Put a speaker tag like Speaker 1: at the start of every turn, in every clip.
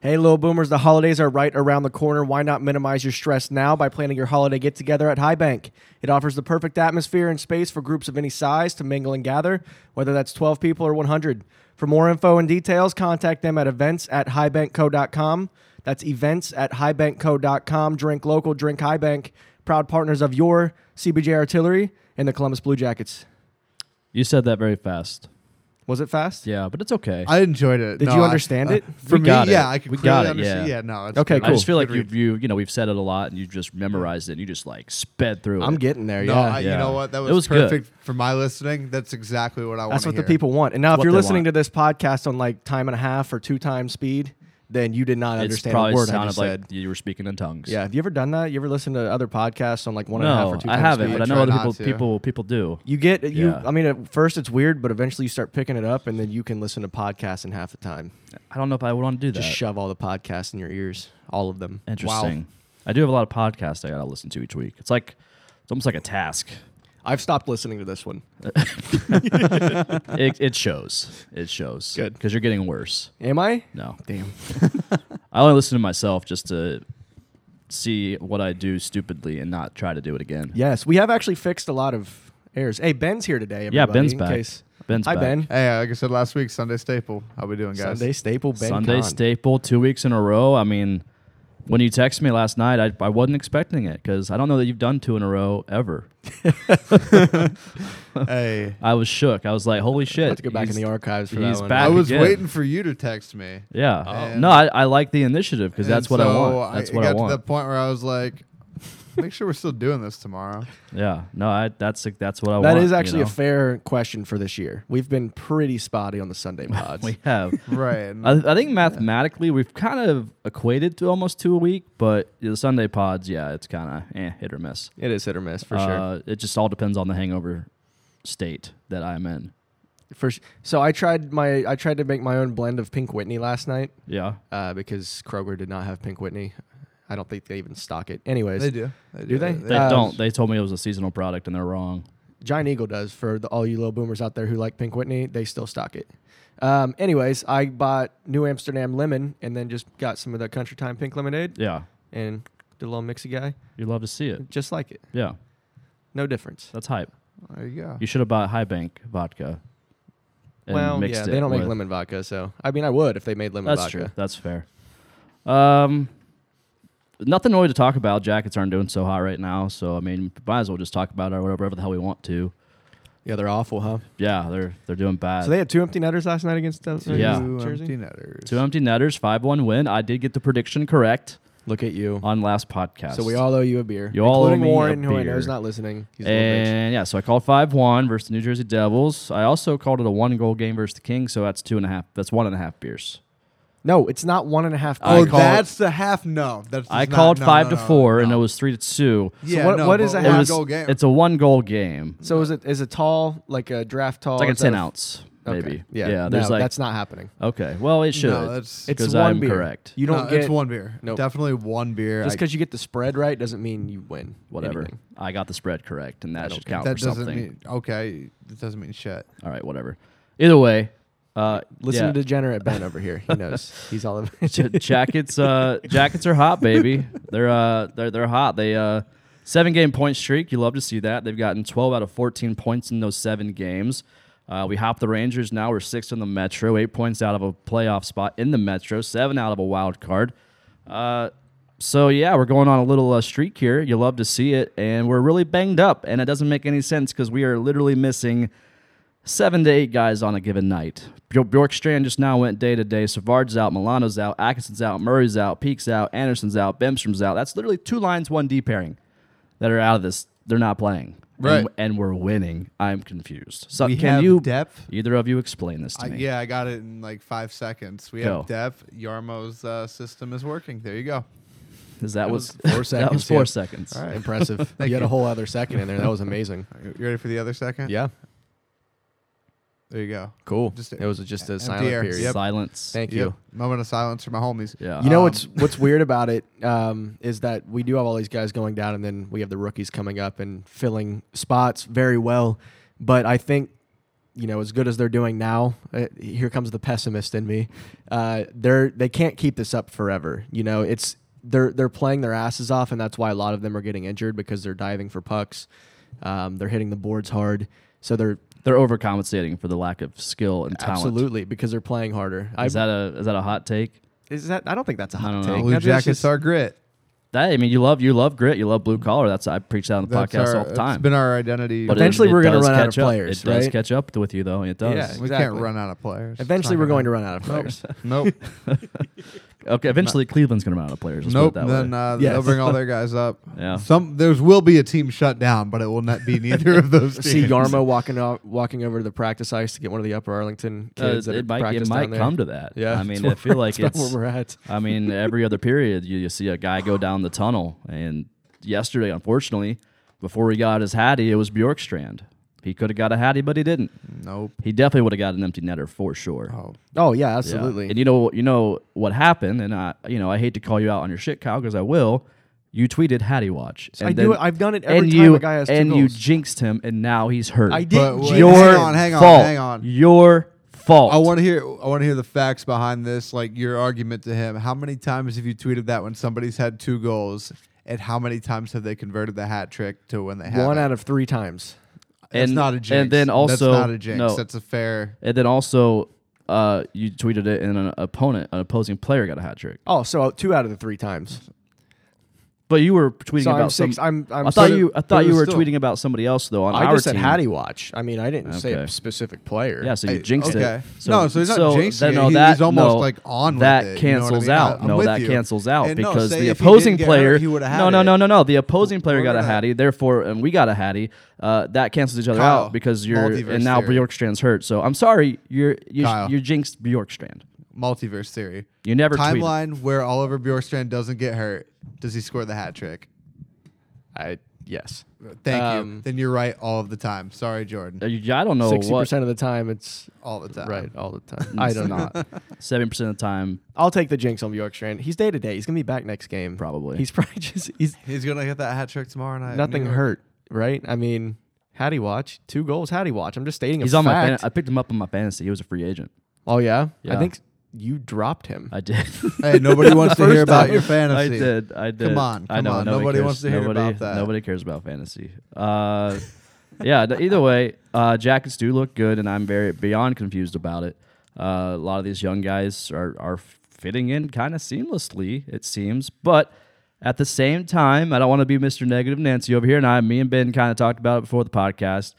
Speaker 1: Hey, little boomers, the holidays are right around the corner. Why not minimize your stress now by planning your holiday get together at High Bank? It offers the perfect atmosphere and space for groups of any size to mingle and gather, whether that's 12 people or 100. For more info and details, contact them at events at highbankco.com. That's events at highbankco.com. Drink local, drink High Bank. Proud partners of your CBJ Artillery and the Columbus Blue Jackets.
Speaker 2: You said that very fast.
Speaker 1: Was it fast?
Speaker 2: Yeah, but it's okay.
Speaker 3: I enjoyed it.
Speaker 1: Did
Speaker 3: No,
Speaker 1: you
Speaker 3: I- uh,
Speaker 1: understand it?
Speaker 3: For
Speaker 2: We
Speaker 3: me,
Speaker 2: got it.
Speaker 3: yeah, I could
Speaker 2: We
Speaker 3: clearly
Speaker 2: got it,
Speaker 3: understand.
Speaker 2: yeah.
Speaker 3: Yeah. no, it's
Speaker 1: Okay,
Speaker 3: good.
Speaker 2: I just feel like
Speaker 3: Good
Speaker 2: you
Speaker 3: read.
Speaker 2: you you know we've said it a lot and you just memorized it. and You just like sped through
Speaker 1: I'm
Speaker 2: it.
Speaker 1: getting there.
Speaker 3: No,
Speaker 1: yeah.
Speaker 3: I, you
Speaker 2: yeah.
Speaker 3: know what? That
Speaker 2: It
Speaker 3: was,
Speaker 2: was good.
Speaker 3: perfect for my listening. That's exactly what I want.
Speaker 1: That's what the people want. And now, if
Speaker 2: What
Speaker 1: you're
Speaker 2: they
Speaker 1: listening
Speaker 2: want.
Speaker 1: to this podcast on like time and a half or two times speed, then you did not
Speaker 2: It's
Speaker 1: understand a
Speaker 2: probably
Speaker 1: word I
Speaker 2: sounded
Speaker 1: just
Speaker 2: like
Speaker 1: said.
Speaker 2: you were speaking in tongues.
Speaker 1: Yeah. Have you ever done that? You ever listened to other podcasts on like one and a half
Speaker 2: No,
Speaker 1: or two
Speaker 2: I
Speaker 1: times
Speaker 2: haven't,
Speaker 1: speed?
Speaker 2: but I know
Speaker 3: try
Speaker 2: other
Speaker 3: not
Speaker 2: people
Speaker 3: to.
Speaker 2: people people do.
Speaker 1: You get you.
Speaker 2: Yeah.
Speaker 1: I mean, at first it's weird, but eventually you start picking it up, and then you can listen to podcasts in half the time.
Speaker 2: I don't know if I would want to do that.
Speaker 1: Just shove all the podcasts in your ears, all of them.
Speaker 2: Interesting. I do have a lot of podcasts I gotta listen to each week. It's like it's almost like a task.
Speaker 1: I've stopped listening to this one.
Speaker 2: it, it shows. It shows.
Speaker 1: Good.
Speaker 2: because you're getting worse.
Speaker 1: Am I?
Speaker 2: No,
Speaker 1: Damn.
Speaker 2: I only listen to myself just to see what I do stupidly and not try to do it again.
Speaker 1: Yes, we have actually fixed a lot of errors. Hey, Ben's here today. Everybody,
Speaker 2: Yeah, Ben's
Speaker 1: in
Speaker 2: back.
Speaker 1: Case.
Speaker 2: Ben's
Speaker 1: Hi,
Speaker 2: back.
Speaker 1: Ben.
Speaker 3: Hey, like I said last week, Sunday staple. How we doing, guys?
Speaker 1: Sunday staple. Ben.
Speaker 2: Sunday
Speaker 1: Kahn.
Speaker 2: staple, two weeks in a row. I mean, when you texted me last night, I, I wasn't expecting it because I don't know that you've done two in a row ever.
Speaker 3: Hey,
Speaker 2: I was shook. I was like, holy shit.
Speaker 1: Have to go back in
Speaker 2: he's-
Speaker 1: the archives for
Speaker 2: he's
Speaker 1: that one.
Speaker 2: back.
Speaker 3: I was
Speaker 2: again.
Speaker 3: waiting for you to text me.
Speaker 2: Yeah.
Speaker 3: And-
Speaker 2: no, I, I like the initiative because that's
Speaker 3: And
Speaker 2: what I
Speaker 3: so
Speaker 1: uh,
Speaker 2: want. That's
Speaker 3: it
Speaker 2: what
Speaker 3: got
Speaker 2: I
Speaker 3: to
Speaker 2: want.
Speaker 3: the point where I was like, make sure we're still doing this tomorrow.
Speaker 2: Yeah. No, I, that's that's what I want.
Speaker 1: That is actually
Speaker 2: you
Speaker 1: a
Speaker 2: know?
Speaker 1: fair question for this year. We've been pretty spotty on the Sunday pods.
Speaker 2: We have.
Speaker 3: Right.
Speaker 2: I, I think mathematically we've kind of equated to almost two a week, but the Sunday pods, yeah, it's kind of eh, hit or miss.
Speaker 1: it is hit or miss for sure.
Speaker 2: Uh, It just all depends on the hangover state that I'm in.
Speaker 1: For s- so I tried my I tried to make my own blend of Pink Whitney last night
Speaker 2: Yeah.
Speaker 1: uh, because Kroger did not have Pink Whitney. I don't think they even stock it. Anyways,
Speaker 3: They do. They do.
Speaker 1: they?
Speaker 2: They
Speaker 1: Uh,
Speaker 2: don't. They told me it was a seasonal product, and they're wrong.
Speaker 1: Giant Eagle does for the, all you little boomers out there who like Pink Whitney. They still stock it. Um, anyways, I bought New Amsterdam lemon and then just got some of the Country Time pink lemonade
Speaker 2: Yeah,
Speaker 1: and did a little mixy guy,
Speaker 2: you love to see it.
Speaker 1: just like it.
Speaker 2: Yeah,
Speaker 1: No difference.
Speaker 2: that's hype.
Speaker 3: There you go.
Speaker 2: You should have bought High Bank vodka. and
Speaker 1: well,
Speaker 2: mixed
Speaker 1: yeah,
Speaker 2: it
Speaker 1: they don't make
Speaker 2: with-
Speaker 1: lemon vodka, so I mean, I would if they made lemon
Speaker 2: That's
Speaker 1: vodka.
Speaker 2: true. That's fair. Um, nothing really to talk about. Jackets aren't doing so hot right now, so I mean, might as well just talk about it or whatever the hell we want to.
Speaker 1: Yeah, they're awful, huh?
Speaker 2: Yeah, they're they're doing bad.
Speaker 1: So they had two empty netters last night against uh,
Speaker 2: Uh, Yeah.
Speaker 1: against Jersey.
Speaker 3: empty netters.
Speaker 2: Two empty netters, five one win. I did get the prediction correct
Speaker 1: Look at you.
Speaker 2: on last podcast.
Speaker 1: So we all owe you a beer,
Speaker 2: You all owe
Speaker 1: including
Speaker 2: me a
Speaker 1: Warren, who I know
Speaker 2: beer.
Speaker 1: is not listening. He's a little bitch.
Speaker 2: and yeah, so I called five one versus the New Jersey Devils. I also called it a one goal game versus the Kings, so that's two and a half. That's one and a half beers.
Speaker 1: No, it's not one and a half.
Speaker 2: I
Speaker 3: Oh,
Speaker 1: beers.
Speaker 2: called-
Speaker 3: that's the half. No, that's.
Speaker 2: I
Speaker 3: not-
Speaker 2: called
Speaker 3: no,
Speaker 2: five
Speaker 3: no,
Speaker 2: to
Speaker 3: no,
Speaker 2: four, and it
Speaker 3: no.
Speaker 2: was three to two.
Speaker 3: Yeah,
Speaker 1: what-
Speaker 3: no,
Speaker 1: what is
Speaker 3: but
Speaker 1: a
Speaker 3: one
Speaker 1: half
Speaker 2: it was,
Speaker 3: goal game?
Speaker 2: It's a one goal game. It's
Speaker 1: so is it is a tall like a draft tall?
Speaker 2: like a
Speaker 1: is that
Speaker 2: ten
Speaker 1: f-
Speaker 2: ounce,
Speaker 1: Oh, okay.
Speaker 2: maybe.
Speaker 1: Yeah,
Speaker 2: there's
Speaker 1: no,
Speaker 2: like
Speaker 1: that's not happening.
Speaker 2: okay. Well, it should.
Speaker 3: that's-
Speaker 1: It's
Speaker 2: 'cause
Speaker 1: one
Speaker 2: I'm
Speaker 1: beer.
Speaker 2: correct.
Speaker 1: You don't
Speaker 3: no,
Speaker 1: get
Speaker 3: it's one beer.
Speaker 1: Nope.
Speaker 3: Definitely one beer.
Speaker 1: just
Speaker 3: I-
Speaker 1: because you get the spread right doesn't mean you win.
Speaker 2: Whatever.
Speaker 1: anything.
Speaker 2: I got the spread correct, and that
Speaker 1: don't
Speaker 2: should count
Speaker 3: that
Speaker 2: for
Speaker 3: doesn't
Speaker 2: something.
Speaker 3: mean okay. That doesn't mean shit.
Speaker 2: All right, whatever. Either way, uh,
Speaker 1: Listen
Speaker 2: yeah.
Speaker 1: to degenerate Ben over here. He knows. He's all of it.
Speaker 2: J- jackets uh jackets are hot baby they're uh they're they're hot they uh seven game point streak you love to see that they've gotten 12 out of 14 points in those seven games uh, we hop the rangers now we're sixth in the metro eight points out of a playoff spot in the metro seven out of a wild card uh so yeah we're going on a little uh, streak here you love to see it and we're really banged up and it doesn't make any sense because we are literally missing seven to eight guys on a given night. Bjor- Bjorkstrand just now went day to day. Savard's out, Milano's out, Atkinson's out, Murray's out, Peak's out, Anderson's out, Bemstrom's out. That's literally two lines, one D pairing that are out of this. They're not playing.
Speaker 3: Right.
Speaker 2: And, and we're winning. I'm confused. So
Speaker 3: We
Speaker 2: Uh, can
Speaker 3: have
Speaker 2: you
Speaker 3: depth.
Speaker 2: either of you explain this to
Speaker 3: I,
Speaker 2: me?
Speaker 3: yeah, I got it in like five seconds. We
Speaker 2: Go.
Speaker 3: have depth. Yarmo's uh, system is working. There you go.
Speaker 2: Because that was,
Speaker 1: was four
Speaker 2: That
Speaker 1: seconds,
Speaker 2: was four
Speaker 1: yeah.
Speaker 2: seconds.
Speaker 3: All right.
Speaker 1: Impressive. you had a whole other second in there. That was amazing.
Speaker 3: You ready for the other second?
Speaker 1: Yeah.
Speaker 3: There you go.
Speaker 1: Cool.
Speaker 3: Just a-
Speaker 1: it was just a
Speaker 3: empty
Speaker 1: silent
Speaker 3: air.
Speaker 1: period.
Speaker 3: Yep.
Speaker 2: Silence.
Speaker 1: Thank
Speaker 3: Yep.
Speaker 1: you.
Speaker 3: Moment of silence for my homies.
Speaker 2: Yeah.
Speaker 1: You know
Speaker 3: Um,
Speaker 1: what's what's weird about it um, is that we do have all these guys going down, and then we have the rookies coming up and filling spots very well. But I think you know, as good as they're doing now, uh, here comes the pessimist in me. Uh, they're they can't keep this up forever. You know, it's they're they're playing their asses off, and that's why a lot of them are getting injured because they're diving for pucks, um, they're hitting the boards hard, so they're
Speaker 2: They're overcompensating for the lack of skill and talent.
Speaker 1: absolutely because they're playing harder.
Speaker 2: Is that a is that a hot take?
Speaker 1: is that I don't think that's a
Speaker 2: I
Speaker 1: hot
Speaker 2: don't know.
Speaker 1: take.
Speaker 3: Uh, Blue
Speaker 1: I think that's
Speaker 3: Jackets
Speaker 1: just-
Speaker 3: are grit.
Speaker 2: That I mean, you love you love grit, you love blue collar. That's I preach that on the
Speaker 3: That's
Speaker 2: podcast
Speaker 3: our-
Speaker 2: all the time.
Speaker 3: It's been our identity.
Speaker 2: But it-
Speaker 1: Eventually
Speaker 2: it
Speaker 1: we're gonna
Speaker 2: does
Speaker 1: run out
Speaker 2: catch
Speaker 1: of
Speaker 2: up.
Speaker 1: players,
Speaker 2: It does
Speaker 1: right?
Speaker 2: catch up with you though. It does.
Speaker 1: Yeah.
Speaker 3: we
Speaker 1: exactly.
Speaker 3: can't run out of players. It's
Speaker 1: Eventually,
Speaker 3: not
Speaker 1: we're going
Speaker 3: gonna
Speaker 1: to run out of players.
Speaker 3: happen. Nope.
Speaker 2: Okay. Eventually, Cleveland's gonna run out of players. Let's
Speaker 3: nope.
Speaker 2: Put it that
Speaker 3: Then
Speaker 2: way.
Speaker 3: uh, they'll
Speaker 1: Yes.
Speaker 3: bring all their guys up.
Speaker 2: Yeah.
Speaker 3: Some there will be a team shut down, but it will not be neither of those teams.
Speaker 1: See Yarmo walking off, walking over to the practice ice to get one of the Upper Arlington
Speaker 2: Uh,
Speaker 1: kids that are
Speaker 2: it might it
Speaker 1: practice down
Speaker 2: might
Speaker 1: there.
Speaker 2: come to that.
Speaker 1: Yeah,
Speaker 2: I mean, I
Speaker 1: that's
Speaker 2: feel like
Speaker 1: That's
Speaker 2: it's.
Speaker 1: where we're at.
Speaker 2: I mean, every other period you, you see a guy go down the tunnel. And yesterday, unfortunately, before he got his Hattie, it was Bjorkstrand. He could have got a Hattie, but he didn't.
Speaker 3: Nope.
Speaker 2: He definitely would have got an empty netter for sure.
Speaker 3: Oh,
Speaker 1: Oh yeah,
Speaker 2: Yeah.
Speaker 1: absolutely.
Speaker 2: And you know, you know what happened, and I, you know, I hate to call you out on your shit, Kyle, because I will. You tweeted Hattie watch.
Speaker 1: I do it- I've done it every
Speaker 2: and
Speaker 1: time
Speaker 2: you,
Speaker 1: a guy has two
Speaker 2: and you
Speaker 1: goals.
Speaker 2: jinxed him, and now he's hurt.
Speaker 1: I
Speaker 3: But
Speaker 1: did.
Speaker 3: wait,
Speaker 1: jinx
Speaker 2: Your
Speaker 3: hang
Speaker 1: it.
Speaker 3: on, hang on,
Speaker 2: fault.
Speaker 3: hang on.
Speaker 2: Your fault.
Speaker 3: I want to hear. I want to hear the facts behind this, like your argument to him. How many times have you tweeted that when somebody's had two goals, and how many times have they converted the hat trick to when they have
Speaker 1: One
Speaker 3: it?
Speaker 1: out of three times.
Speaker 3: That's
Speaker 2: And-
Speaker 3: not a jinx.
Speaker 2: and then also-
Speaker 3: that's not a jinx.
Speaker 2: no.
Speaker 3: That's a fair.
Speaker 2: And then also, uh, you tweeted it, and an opponent, an opposing player, got a hat trick.
Speaker 1: Oh, so two out of the three times.
Speaker 2: But you were tweeting
Speaker 1: So
Speaker 2: about
Speaker 1: I'm six.
Speaker 2: some-
Speaker 1: I'm. I'm
Speaker 2: I thought
Speaker 1: six-
Speaker 2: you. I
Speaker 3: but
Speaker 2: thought
Speaker 3: it
Speaker 2: you
Speaker 3: was
Speaker 2: were
Speaker 3: still-
Speaker 2: tweeting about somebody else though on
Speaker 1: I
Speaker 2: our
Speaker 1: just said
Speaker 2: team.
Speaker 1: Hattie watch. I mean, I didn't say a
Speaker 2: Okay.
Speaker 1: specific player.
Speaker 2: Yeah, so
Speaker 3: Hey,
Speaker 2: you jinxed
Speaker 3: okay.
Speaker 2: it.
Speaker 3: No, so he's not jinxing
Speaker 2: then,
Speaker 3: it.
Speaker 2: No,
Speaker 3: He-
Speaker 2: that,
Speaker 3: he's almost,
Speaker 2: no,
Speaker 3: like, on with
Speaker 2: That
Speaker 3: it. You know what I
Speaker 2: cancels
Speaker 3: mean? I-
Speaker 2: out.
Speaker 3: I'm
Speaker 2: no,
Speaker 3: with
Speaker 2: that
Speaker 3: you.
Speaker 2: cancels out
Speaker 3: And no,
Speaker 2: because
Speaker 3: say
Speaker 2: the
Speaker 3: if he didn't
Speaker 2: opposing
Speaker 3: get
Speaker 2: player.
Speaker 3: hurt, he would've
Speaker 2: no,
Speaker 3: had
Speaker 2: no,
Speaker 3: it.
Speaker 2: no, no, no. The opposing player
Speaker 3: No,
Speaker 2: got
Speaker 3: no,
Speaker 2: a
Speaker 3: no.
Speaker 2: hattie. Therefore, and we got a hattie. Uh, that cancels each other
Speaker 3: Kyle,
Speaker 2: out because you're and
Speaker 3: multiverse
Speaker 2: now
Speaker 3: theory.
Speaker 2: Bjorkstrand's hurt. So I'm sorry, you're you
Speaker 3: Kyle.
Speaker 2: you jinxed Bjorkstrand.
Speaker 3: Multiverse theory.
Speaker 2: You never tweeted.
Speaker 3: timeline where Oliver Bjorkstrand doesn't get hurt. Does he score the hat trick?
Speaker 1: I yes.
Speaker 2: Oh,
Speaker 3: Thank you.
Speaker 1: Um,
Speaker 3: Then you're right all of the time. Sorry, Jordan.
Speaker 2: Uh, you- I don't know
Speaker 1: Sixty
Speaker 2: what. Uh,
Speaker 1: percent of the time, it's
Speaker 3: All the time.
Speaker 1: right all the time. I don't know.
Speaker 2: Seven percent of the time,
Speaker 1: I'll take the jinx on York Strand. He's day to day. He's gonna be back next game.
Speaker 2: Probably.
Speaker 1: He's probably just. He's
Speaker 3: He's gonna get that hat trick tomorrow night. in
Speaker 1: nothing
Speaker 3: New York.
Speaker 1: hurt, right? I mean, Hattie watch two goals. Hattie watch. I'm just stating a
Speaker 2: he's on my. fan-
Speaker 1: fact.
Speaker 2: I picked him up on my fantasy. He was a free agent.
Speaker 1: oh yeah?
Speaker 2: Yeah.
Speaker 1: I think you dropped him.
Speaker 2: I did.
Speaker 3: Hey, nobody wants to hear about your
Speaker 2: I
Speaker 3: fantasy.
Speaker 2: did. I did.
Speaker 3: on,
Speaker 2: I
Speaker 3: come
Speaker 2: know,
Speaker 3: on.
Speaker 2: Nobody,
Speaker 3: Nobody
Speaker 2: cares.
Speaker 3: wants to hear
Speaker 2: nobody,
Speaker 3: about that.
Speaker 2: Nobody cares about fantasy. Uh, yeah. th- Either way, uh, jackets do look good, and I'm very beyond confused about it. Uh, a lot of these young guys are are fitting in kind of seamlessly, it seems, but. At the same time, I don't want to be Mr. Negative Nancy over here, and I, me and Ben, kind of talked about it before the podcast.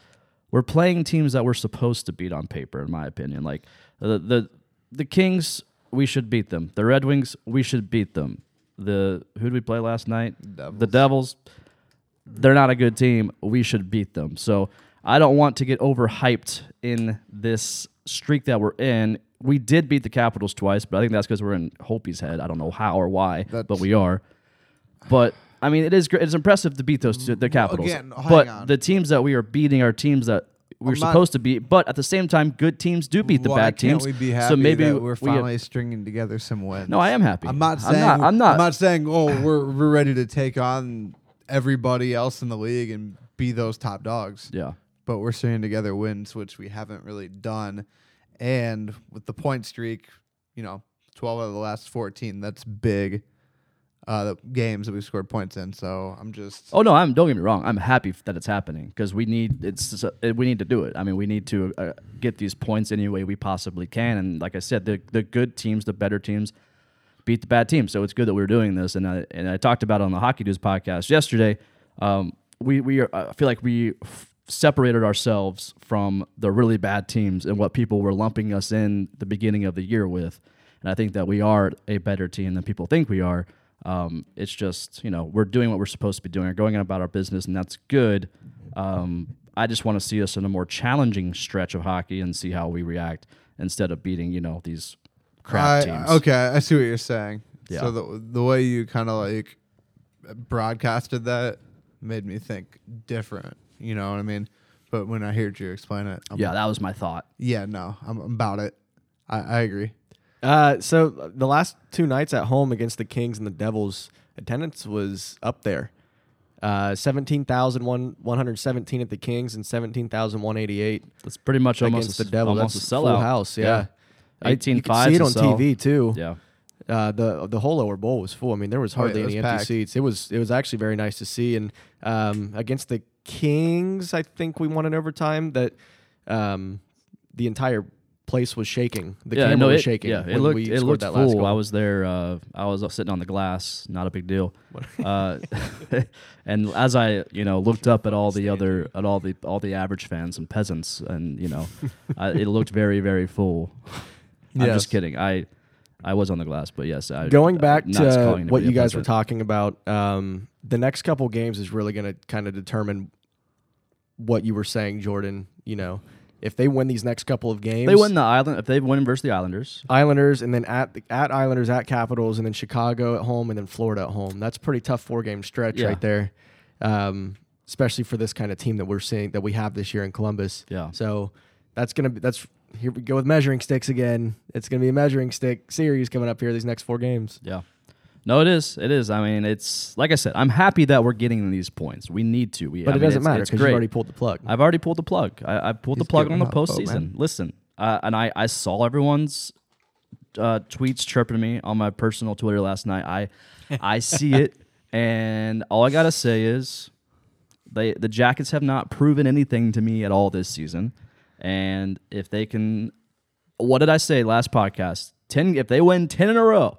Speaker 2: We're playing teams that we're supposed to beat on paper, in my opinion. Like the the the Kings, we should beat them. The Red Wings, we should beat them. The who did we play last night? The Devils. They're not a good team. We should beat them. So I don't want to get overhyped in this streak that we're in. We did beat the Capitals twice, but I think that's because we're in Hopi's head. I don't know how or why, but
Speaker 3: That's-
Speaker 2: we are. But I mean, it is gr- it's impressive to beat those two, the Capitals.
Speaker 3: again, hang
Speaker 2: but
Speaker 3: on.
Speaker 2: the teams that we are beating are teams that we're
Speaker 3: I'm not-
Speaker 2: supposed to beat. But at the same time, good teams do beat the
Speaker 3: Why
Speaker 2: bad
Speaker 3: can't
Speaker 2: teams.
Speaker 3: we be happy
Speaker 2: so maybe
Speaker 3: that we're
Speaker 2: we-
Speaker 3: finally stringing together some wins.
Speaker 2: no, I am happy.
Speaker 3: I'm not saying.
Speaker 2: I'm not. I'm not,
Speaker 3: saying. Oh, we're we're ready to take on everybody else in the league and be those top dogs.
Speaker 2: yeah.
Speaker 3: But we're stringing together wins, which we haven't really done, and with the point streak, you know, 12 out of the last 14. That's big. Uh, the games that we've scored points in. So I'm just.
Speaker 2: Oh no, I'm. Don't get me wrong. I'm happy that it's happening because we need it's uh, we need to do it. I mean, we need to uh, get these points any way we possibly can. And like I said, the the good teams, the better teams, beat the bad teams. So it's good that we're doing this. And I and I talked about it on the Hockey News podcast yesterday. Um, we we are, I feel like we f- separated ourselves from the really bad teams and what people were lumping us in the beginning of the year with. And I think that we are a better team than people think we are. Um, it's just you know we're doing what we're supposed to be doing. We're going about our business, and that's good. Um, I just want to see us in a more challenging stretch of hockey and see how we react instead of beating you know these crap
Speaker 3: I-
Speaker 2: teams.
Speaker 3: Okay, I see what you're saying.
Speaker 2: Yeah.
Speaker 3: So the the way you kind of like broadcasted that made me think different. You know what I mean? But when I heard you explain it, I'm
Speaker 2: Yeah, that was my thought.
Speaker 3: yeah, no, I'm I'm about it. I, I agree.
Speaker 1: Uh, so the last two nights at home against the Kings and the Devils, attendance was up there. Uh, 17,117 at the Kings and 17,188
Speaker 2: That's pretty much almost
Speaker 1: against
Speaker 2: a,
Speaker 1: the Devil.
Speaker 2: Almost
Speaker 1: That's
Speaker 2: a sellout.
Speaker 1: full house. Yeah. I- you
Speaker 2: 18
Speaker 1: could see it on TV too.
Speaker 2: Yeah.
Speaker 1: Uh, the the whole lower bowl was full. I mean, there was
Speaker 3: Oh, yeah,
Speaker 1: hardly
Speaker 3: it was
Speaker 1: any empty
Speaker 3: packed.
Speaker 1: seats. It was it was actually very nice to see. And um, against the Kings, I think we won in overtime. That um, the entire place was shaking. The
Speaker 2: yeah,
Speaker 1: camera
Speaker 2: no,
Speaker 1: was
Speaker 2: it-
Speaker 1: shaking.
Speaker 2: Yeah, it
Speaker 1: when
Speaker 2: looked
Speaker 1: we
Speaker 2: it
Speaker 1: scored
Speaker 2: looked
Speaker 1: that last
Speaker 2: full.
Speaker 1: goal.
Speaker 2: I was there. Uh, I was sitting on the glass. Not a big deal. uh, and as I you know looked up at all the other at all the all the average fans and peasants, and you know, I, it looked very very full. I'm
Speaker 3: Yes.
Speaker 2: just kidding. I I was on the glass, but yes. I,
Speaker 1: Going
Speaker 2: I'm
Speaker 1: back
Speaker 2: uh, not
Speaker 1: to
Speaker 2: calling
Speaker 1: what
Speaker 2: anybody
Speaker 1: you
Speaker 2: a
Speaker 1: guys were
Speaker 2: peasant.
Speaker 1: talking about, um, the next couple games is really going to kind of determine what you were saying, Jordan. You know, if they win these next couple of games,
Speaker 2: If they win the island. If they win versus the Islanders,
Speaker 1: Islanders, and then at the, at Islanders, at Capitals, and then Chicago at home, and then Florida at home. That's a pretty tough four game stretch
Speaker 2: Yeah.
Speaker 1: right there, um, especially for this kind of team that we're seeing that we have this year in Columbus.
Speaker 2: Yeah.
Speaker 1: So that's gonna be that's here we go with measuring sticks again. It's gonna be a measuring stick series coming up here these next four games.
Speaker 2: Yeah. No, it is. It is. I mean, it's like I said. I'm happy that we're getting these points. We need to. We,
Speaker 1: But
Speaker 2: I
Speaker 1: it
Speaker 2: mean,
Speaker 1: doesn't
Speaker 2: it's-
Speaker 1: matter
Speaker 2: It's
Speaker 1: because you
Speaker 2: great.
Speaker 1: already pulled the plug.
Speaker 2: I've already pulled the plug. I, I pulled
Speaker 3: He's
Speaker 2: the plug
Speaker 3: giving
Speaker 2: on the
Speaker 3: up hope,
Speaker 2: postseason.
Speaker 3: man.
Speaker 2: Listen, uh, and I, I saw everyone's uh, tweets chirping me on my personal Twitter last night. I I see it, and all I gotta say is, they the Jackets have not proven anything to me at all this season, and if they can, what did I say last podcast? Ten. If they win ten in a row,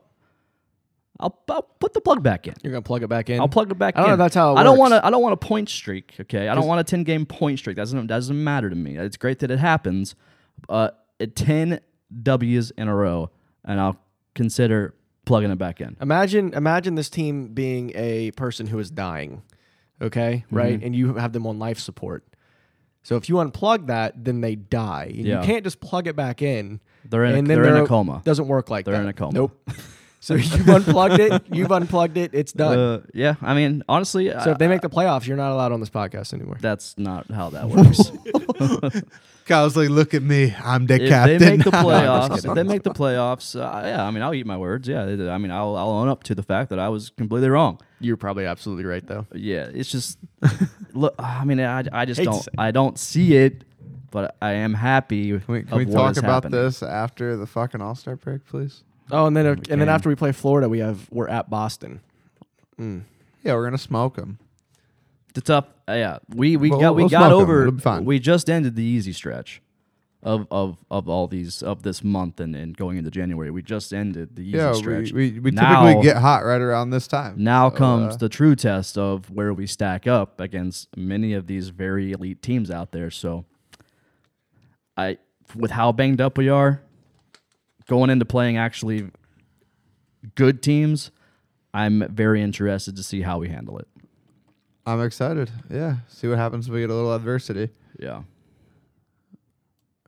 Speaker 2: I'll, I'll put the plug back in.
Speaker 1: You're gonna plug it back in.
Speaker 2: I'll plug it back.
Speaker 1: I don't
Speaker 2: in.
Speaker 1: know if that's how it
Speaker 2: I don't
Speaker 1: works.
Speaker 2: want to. I don't want a point streak. Okay, I don't want a ten game point streak. That doesn't doesn't matter to me. It's great that it happens. Uh, at ten W's in a row, and I'll consider plugging it back in.
Speaker 1: Imagine imagine this team being a person who is dying, okay,
Speaker 2: Mm-hmm.
Speaker 1: right, and you have them on life support. So if you unplug that, then they die. And
Speaker 2: Yeah.
Speaker 1: You can't just plug it back in.
Speaker 2: They're in a-
Speaker 1: and then
Speaker 2: they're in a coma.
Speaker 1: Doesn't work like
Speaker 2: They're
Speaker 1: that.
Speaker 2: in a coma.
Speaker 1: Nope. so you've unplugged it. You've unplugged it. It's done.
Speaker 2: Uh, yeah, I mean, honestly,
Speaker 1: so
Speaker 2: I,
Speaker 1: if they make the playoffs, you're not allowed on this podcast anymore.
Speaker 2: that's not how that works.
Speaker 3: Kyle's like, look at me, I'm the captain.
Speaker 2: if they make the
Speaker 3: I'm just
Speaker 2: playoffs,
Speaker 3: kidding.
Speaker 2: if they make the playoffs, uh, yeah, I mean, I'll eat my words. Yeah, I mean, I'll I'll own up to the fact that I was completely wrong.
Speaker 1: You're probably absolutely right though.
Speaker 2: yeah, it's just look. I mean, I, I just
Speaker 1: Hate to
Speaker 2: don't
Speaker 1: say-
Speaker 2: I don't see it, but I am happy.
Speaker 3: Can we, can we talk about this after the fucking All Star break, please?
Speaker 1: Oh, and then and then
Speaker 2: can.
Speaker 1: after we play Florida, we have we're at Boston.
Speaker 3: Yeah, we're gonna smoke them.
Speaker 2: It's up. uh, yeah, we we
Speaker 3: Well,
Speaker 2: got we
Speaker 3: we'll
Speaker 2: got
Speaker 3: smoke 'em.
Speaker 2: over.
Speaker 3: It'll be fine.
Speaker 2: We just ended the easy stretch of of of all these of this month and, and going into January. We just ended the easy
Speaker 3: Yeah,
Speaker 2: stretch.
Speaker 3: we, we, we
Speaker 2: Now-
Speaker 3: typically get hot right around this time.
Speaker 2: Now
Speaker 1: Oh,
Speaker 3: So,
Speaker 2: comes
Speaker 3: uh,
Speaker 2: the true test of where we stack up against many of these very elite teams out there. So, I with how banged up we are, going into playing actually good teams, I'm very interested to see how we handle it.
Speaker 3: I'm excited. Yeah, see what happens when we get a little adversity.
Speaker 2: Yeah,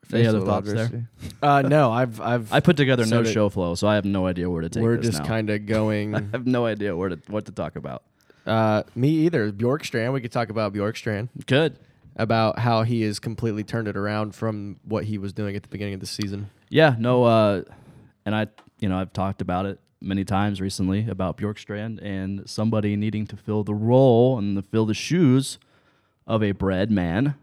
Speaker 3: Face
Speaker 2: Any
Speaker 3: a
Speaker 2: other
Speaker 3: little
Speaker 2: thoughts there?
Speaker 3: adversity.
Speaker 1: Uh, no, I've I've
Speaker 2: I put together
Speaker 1: So
Speaker 2: no
Speaker 1: did-
Speaker 2: show flow, so I have no idea where to take.
Speaker 1: we're
Speaker 2: this
Speaker 1: just
Speaker 2: now.
Speaker 1: kind of going.
Speaker 2: I have no idea where to what to talk about.
Speaker 1: Uh, me either. Bjorkstrand. We could talk about Bjorkstrand
Speaker 2: Good.
Speaker 1: about how he has completely turned it around from what he was doing at the beginning of the season.
Speaker 2: Yeah, no, uh, and I, you know, I've talked about it many times recently about Bjorkstrand and somebody needing to fill the role and to fill the shoes of a bread man,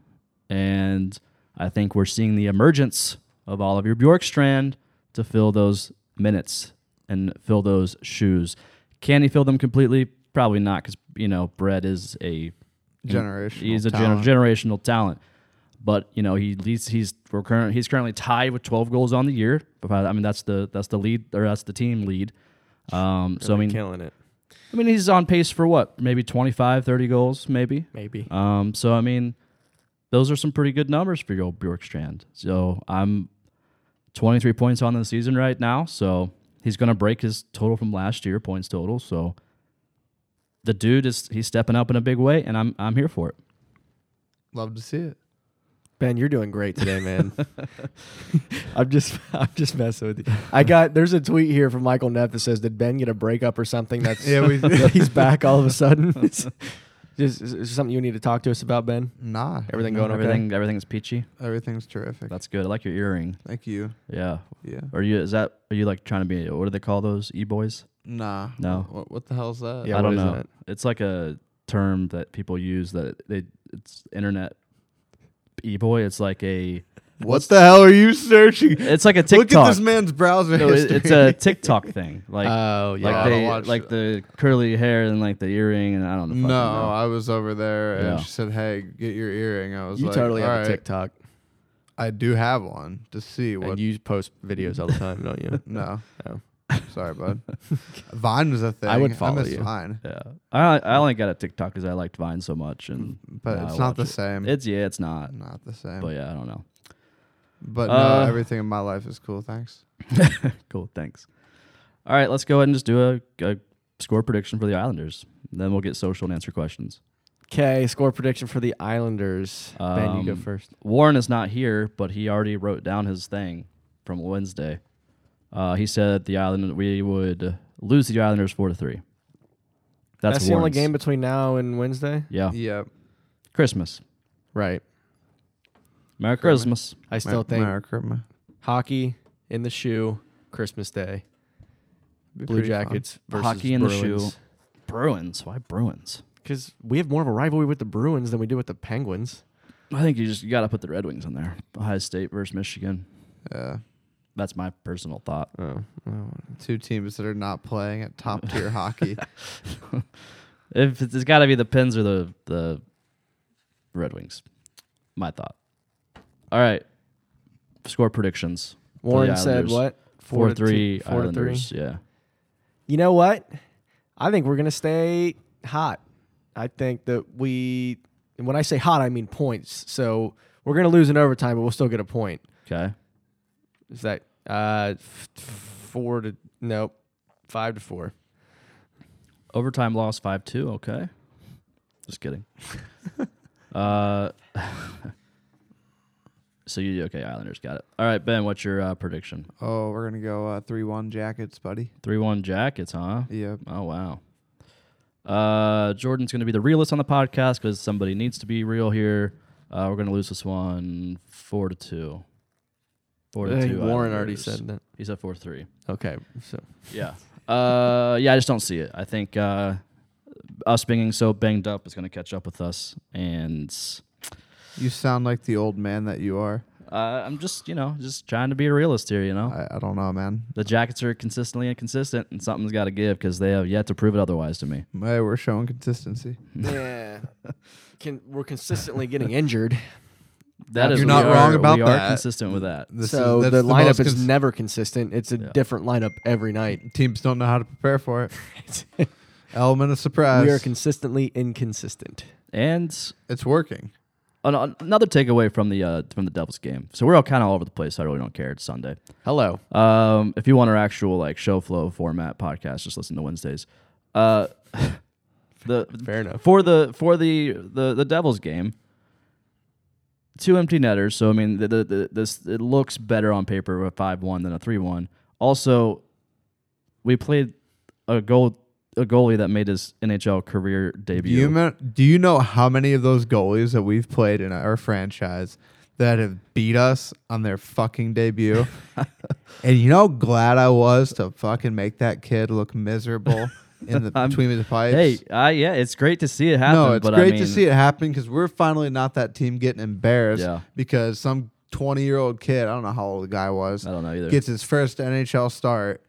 Speaker 2: and I think we're seeing the emergence of Oliver Bjorkstrand to fill those minutes and fill those shoes. Can he fill them completely? Probably not, because you know, bread is a
Speaker 3: Generational.
Speaker 2: He's a
Speaker 3: talent.
Speaker 2: gener- generational talent. But you know he leads. He's we're current. He's currently tied with 12 goals on the year. But I mean that's the that's the lead or that's the team lead. Um, so I mean
Speaker 1: killing it.
Speaker 2: I mean he's on pace for what maybe 25, 30 goals maybe.
Speaker 1: Maybe.
Speaker 2: Um, so I mean those are some pretty good numbers for Joel Bjorkstrand. So I'm 23 points on the season right now. So he's going to break his total from last year points total. So the dude is he's stepping up in a big way, and I'm I'm here for it.
Speaker 3: Love to see it.
Speaker 1: Ben, you're doing great today, man. I'm just I'm just messing with you. I got there's a tweet here from Michael Neff that says, "Did Ben get a breakup or something?" That's
Speaker 3: Yeah, we-
Speaker 1: that he's back all of a sudden. It's- is, is there something you need to talk to us about, Ben?
Speaker 3: Nah,
Speaker 1: Everything going
Speaker 2: everything everything's peachy.
Speaker 3: everything's terrific.
Speaker 2: That's good. I like your earring.
Speaker 3: Thank you.
Speaker 2: Yeah.
Speaker 3: Yeah.
Speaker 2: Are you is that are you like trying to be what do they call those e boys?
Speaker 3: Nah.
Speaker 2: No.
Speaker 3: What, what the hell's that?
Speaker 1: Yeah,
Speaker 2: I
Speaker 1: what
Speaker 2: don't
Speaker 1: is
Speaker 2: know.
Speaker 1: that?
Speaker 2: It's like a term that people use that they it's internet e-boy. It's like a
Speaker 3: What the hell are you searching?
Speaker 2: it's like a
Speaker 3: Look at
Speaker 2: TikTok.
Speaker 3: this man's browser
Speaker 2: No, it-
Speaker 3: history. Uh,
Speaker 2: it's a TikTok thing. Like
Speaker 1: Oh, yeah.
Speaker 2: like
Speaker 3: I don't
Speaker 2: they
Speaker 3: watch
Speaker 2: like the curly hair and like the earring and I don't know. fucking
Speaker 3: no,
Speaker 2: know.
Speaker 3: I was over there and
Speaker 2: Yeah.
Speaker 3: she said, "Hey, get your earring." I was
Speaker 1: you
Speaker 3: like,
Speaker 1: totally have
Speaker 3: "All
Speaker 1: a
Speaker 3: right."
Speaker 1: TikTok,
Speaker 3: I do have one to see what.
Speaker 1: and you post videos all the time, don't you?
Speaker 3: no,
Speaker 1: Oh.
Speaker 3: sorry, bud. Vine was a thing.
Speaker 1: I would follow
Speaker 3: I miss
Speaker 1: you.
Speaker 3: Vine,
Speaker 2: Yeah, I I only got a TikTok because I liked Vine so much, and
Speaker 3: but
Speaker 2: now Mm. I
Speaker 3: it's not the
Speaker 2: watch it.
Speaker 3: same.
Speaker 2: It's yeah, it's not.
Speaker 3: not the same.
Speaker 2: But
Speaker 3: But,
Speaker 2: yeah, I don't know.
Speaker 3: no,
Speaker 2: uh,
Speaker 3: everything in my life is cool. Thanks.
Speaker 2: Cool, thanks. All right, let's go ahead and just do a, a score prediction for the Islanders. Then we'll get social and answer questions.
Speaker 4: Okay, score prediction for the Islanders. ben, you go
Speaker 2: Um,
Speaker 4: first.
Speaker 2: Warren is not here, but he already wrote down his thing from Wednesday. Uh, he said the Island we would lose the Islanders four to three. That's,
Speaker 4: That's, the only
Speaker 2: Warren's.
Speaker 4: game between now and Wednesday.
Speaker 2: Yeah,
Speaker 3: Yep.
Speaker 2: Christmas,
Speaker 4: Right.
Speaker 2: Merry Christmas.
Speaker 4: I still
Speaker 3: Mer-
Speaker 4: think
Speaker 3: Merry Christmas.
Speaker 4: hockey in the shoe, Christmas Day,
Speaker 3: Be
Speaker 4: Blue
Speaker 3: pretty fun.
Speaker 4: Jackets versus
Speaker 2: Hockey in the shoe.
Speaker 4: Bruins.
Speaker 2: Bruins, why Bruins?
Speaker 4: Because we have more of a rivalry with the Bruins than we do with the Penguins.
Speaker 2: I think you just you got to put the Red Wings in there. Ohio State versus Michigan.
Speaker 3: Yeah.
Speaker 2: That's my personal thought.
Speaker 4: Oh,
Speaker 3: Two teams that are not playing at top tier hockey.
Speaker 2: If it's, it's got to be the Pens or the the Red Wings, my thought. All right, score predictions. for the
Speaker 4: Warren said
Speaker 2: Islanders.
Speaker 4: what?
Speaker 2: Four,
Speaker 4: to
Speaker 2: three
Speaker 4: two- four to three.
Speaker 2: Islanders. Yeah.
Speaker 4: You know what? I think we're gonna stay hot. I think that we, and when I say hot, I mean points. So we're gonna lose in overtime, but we'll still get a point.
Speaker 2: Okay.
Speaker 4: Is that uh, f- four to nope, five to four?
Speaker 2: Overtime loss five two. Okay. Just kidding. uh. so you okay? Islanders got it. All right, Ben. What's your uh, prediction?
Speaker 3: oh, we're gonna go uh, three one Jackets, buddy.
Speaker 2: Three one Jackets, huh?
Speaker 3: Yep.
Speaker 2: Oh wow. Uh, Jordan's going to be the realist on the podcast because somebody needs to be real here. Uh, we're going to lose this one four to two. Four
Speaker 4: I think Warren already
Speaker 2: Islanders.
Speaker 4: said that.
Speaker 2: He said four three.
Speaker 4: Okay, so
Speaker 2: Yeah. Uh, yeah. I just don't see it. I think uh, us being so banged up is going to catch up with us, and
Speaker 3: You sound like the old man that you are.
Speaker 2: uh, I'm just you know just trying to be a realist here. You know,
Speaker 3: I, I don't know, man.
Speaker 2: the Jackets are consistently inconsistent, and something's got to give because they have yet to prove it otherwise to me.
Speaker 3: Hey, we're showing consistency.
Speaker 4: yeah, Can, we're consistently getting injured.
Speaker 2: That is
Speaker 3: You're not
Speaker 2: we are-
Speaker 3: wrong about
Speaker 2: we
Speaker 3: that.
Speaker 2: Are consistent with that.
Speaker 3: This
Speaker 4: so
Speaker 3: that's
Speaker 4: the lineup
Speaker 3: most
Speaker 4: is
Speaker 3: cons-
Speaker 4: never consistent. It's a
Speaker 2: Yeah.
Speaker 4: different lineup every night.
Speaker 3: teams don't know how to prepare for it. Element of surprise.
Speaker 4: we are consistently inconsistent.
Speaker 2: And
Speaker 3: it's working.
Speaker 2: an- an- another takeaway from the uh, from the Devils game. So we're all kind of all over the place. So I really don't care. It's Sunday.
Speaker 4: Hello.
Speaker 2: Um, if you want our actual like show flow format podcast, just listen to Wednesdays. Uh, the
Speaker 4: Fair enough.
Speaker 2: for the for the the the Devils game. Two empty netters, so I mean, the, the, the, this it looks better on paper with a five-one than a three-one. Also, we played a goal a goalie that made his NHL career
Speaker 3: Do
Speaker 2: debut.
Speaker 3: you, ma- do you know how many of those goalies that we've played in our franchise that have beat us on their fucking debut? and you know how glad I was to fucking make that kid look miserable in the between the pipes.
Speaker 2: Hey, uh, yeah, it's great to see it happen.
Speaker 3: no, it's
Speaker 2: but
Speaker 3: great
Speaker 2: I mean,
Speaker 3: to see it happen because we're finally not that team getting embarrassed
Speaker 2: Yeah.
Speaker 3: because some 20 year old kid, I don't know how old the guy was,
Speaker 2: I don't know either.
Speaker 3: gets his first NHL start,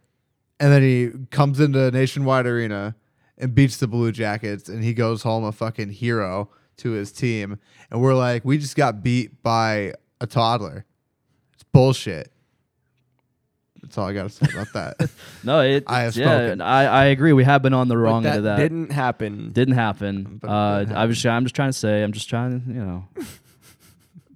Speaker 3: and then he comes into Nationwide Arena and beats the Blue Jackets, and he goes home a fucking hero to his team. And we're like, we just got beat by a toddler. It's bullshit. That's all I got to say about that.
Speaker 2: no, it,
Speaker 3: I have
Speaker 2: yeah,
Speaker 3: spoken.
Speaker 2: I, I agree. We have been on the wrong
Speaker 4: But
Speaker 2: end of that.
Speaker 4: didn't happen.
Speaker 2: Didn't happen.
Speaker 3: But it
Speaker 2: uh,
Speaker 3: did
Speaker 2: I was. I'm just trying to say. I'm just trying to. You know,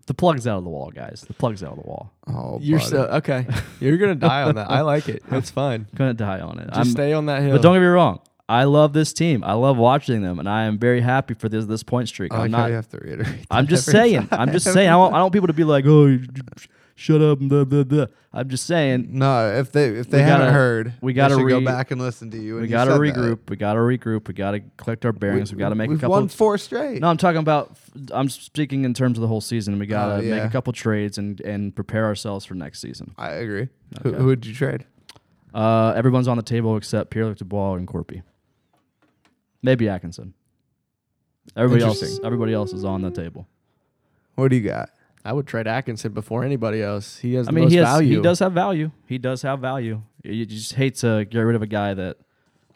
Speaker 2: the plug's out of the wall, guys. The plug's out of the wall.
Speaker 3: Oh,
Speaker 4: You're
Speaker 3: buddy.
Speaker 4: so okay. You're gonna die on that. I like it. It's fine.
Speaker 2: gonna die on it.
Speaker 4: Just
Speaker 2: I'm,
Speaker 4: stay on that hill.
Speaker 2: but don't get me wrong. I love this team. I love watching them, and I am very happy for this this point streak.
Speaker 3: I like
Speaker 2: I'm
Speaker 3: how
Speaker 2: not.
Speaker 3: you have to reiterate.
Speaker 2: I'm
Speaker 3: that
Speaker 2: just
Speaker 3: every
Speaker 2: saying. I'm just
Speaker 3: time.
Speaker 2: saying. I don't, I don't want people to be like, oh, you- sh- shut up. Blah, blah, blah. I'm just saying.
Speaker 3: No, if they if they
Speaker 2: We gotta-
Speaker 3: haven't heard,
Speaker 2: we
Speaker 3: they
Speaker 2: gotta
Speaker 3: should go
Speaker 2: re-
Speaker 3: back and listen to you. when
Speaker 2: We
Speaker 3: you
Speaker 2: gotta
Speaker 3: said that.
Speaker 2: regroup. We gotta regroup. We gotta collect our bearings. We, gotta make a
Speaker 3: We've
Speaker 2: couple.
Speaker 3: won four straight.
Speaker 2: No, I'm talking about. I'm speaking in terms of the whole season. We gotta
Speaker 1: Uh,
Speaker 3: Oh, yeah.
Speaker 2: make a couple trades and and prepare ourselves for next season.
Speaker 3: I agree. Who,
Speaker 2: Okay.
Speaker 3: who would you trade?
Speaker 2: Uh, everyone's on the table except Pierre Luc Dubois and Corpy. Maybe Atkinson. Everybody else,
Speaker 3: Interesting.
Speaker 2: everybody else is on the table.
Speaker 3: What do you got?
Speaker 1: I would trade Atkinson before anybody else. He has
Speaker 2: I
Speaker 1: the
Speaker 2: mean,
Speaker 1: most
Speaker 2: he has,
Speaker 1: value.
Speaker 2: he does have value. He does have value. You just hate to get rid of a guy that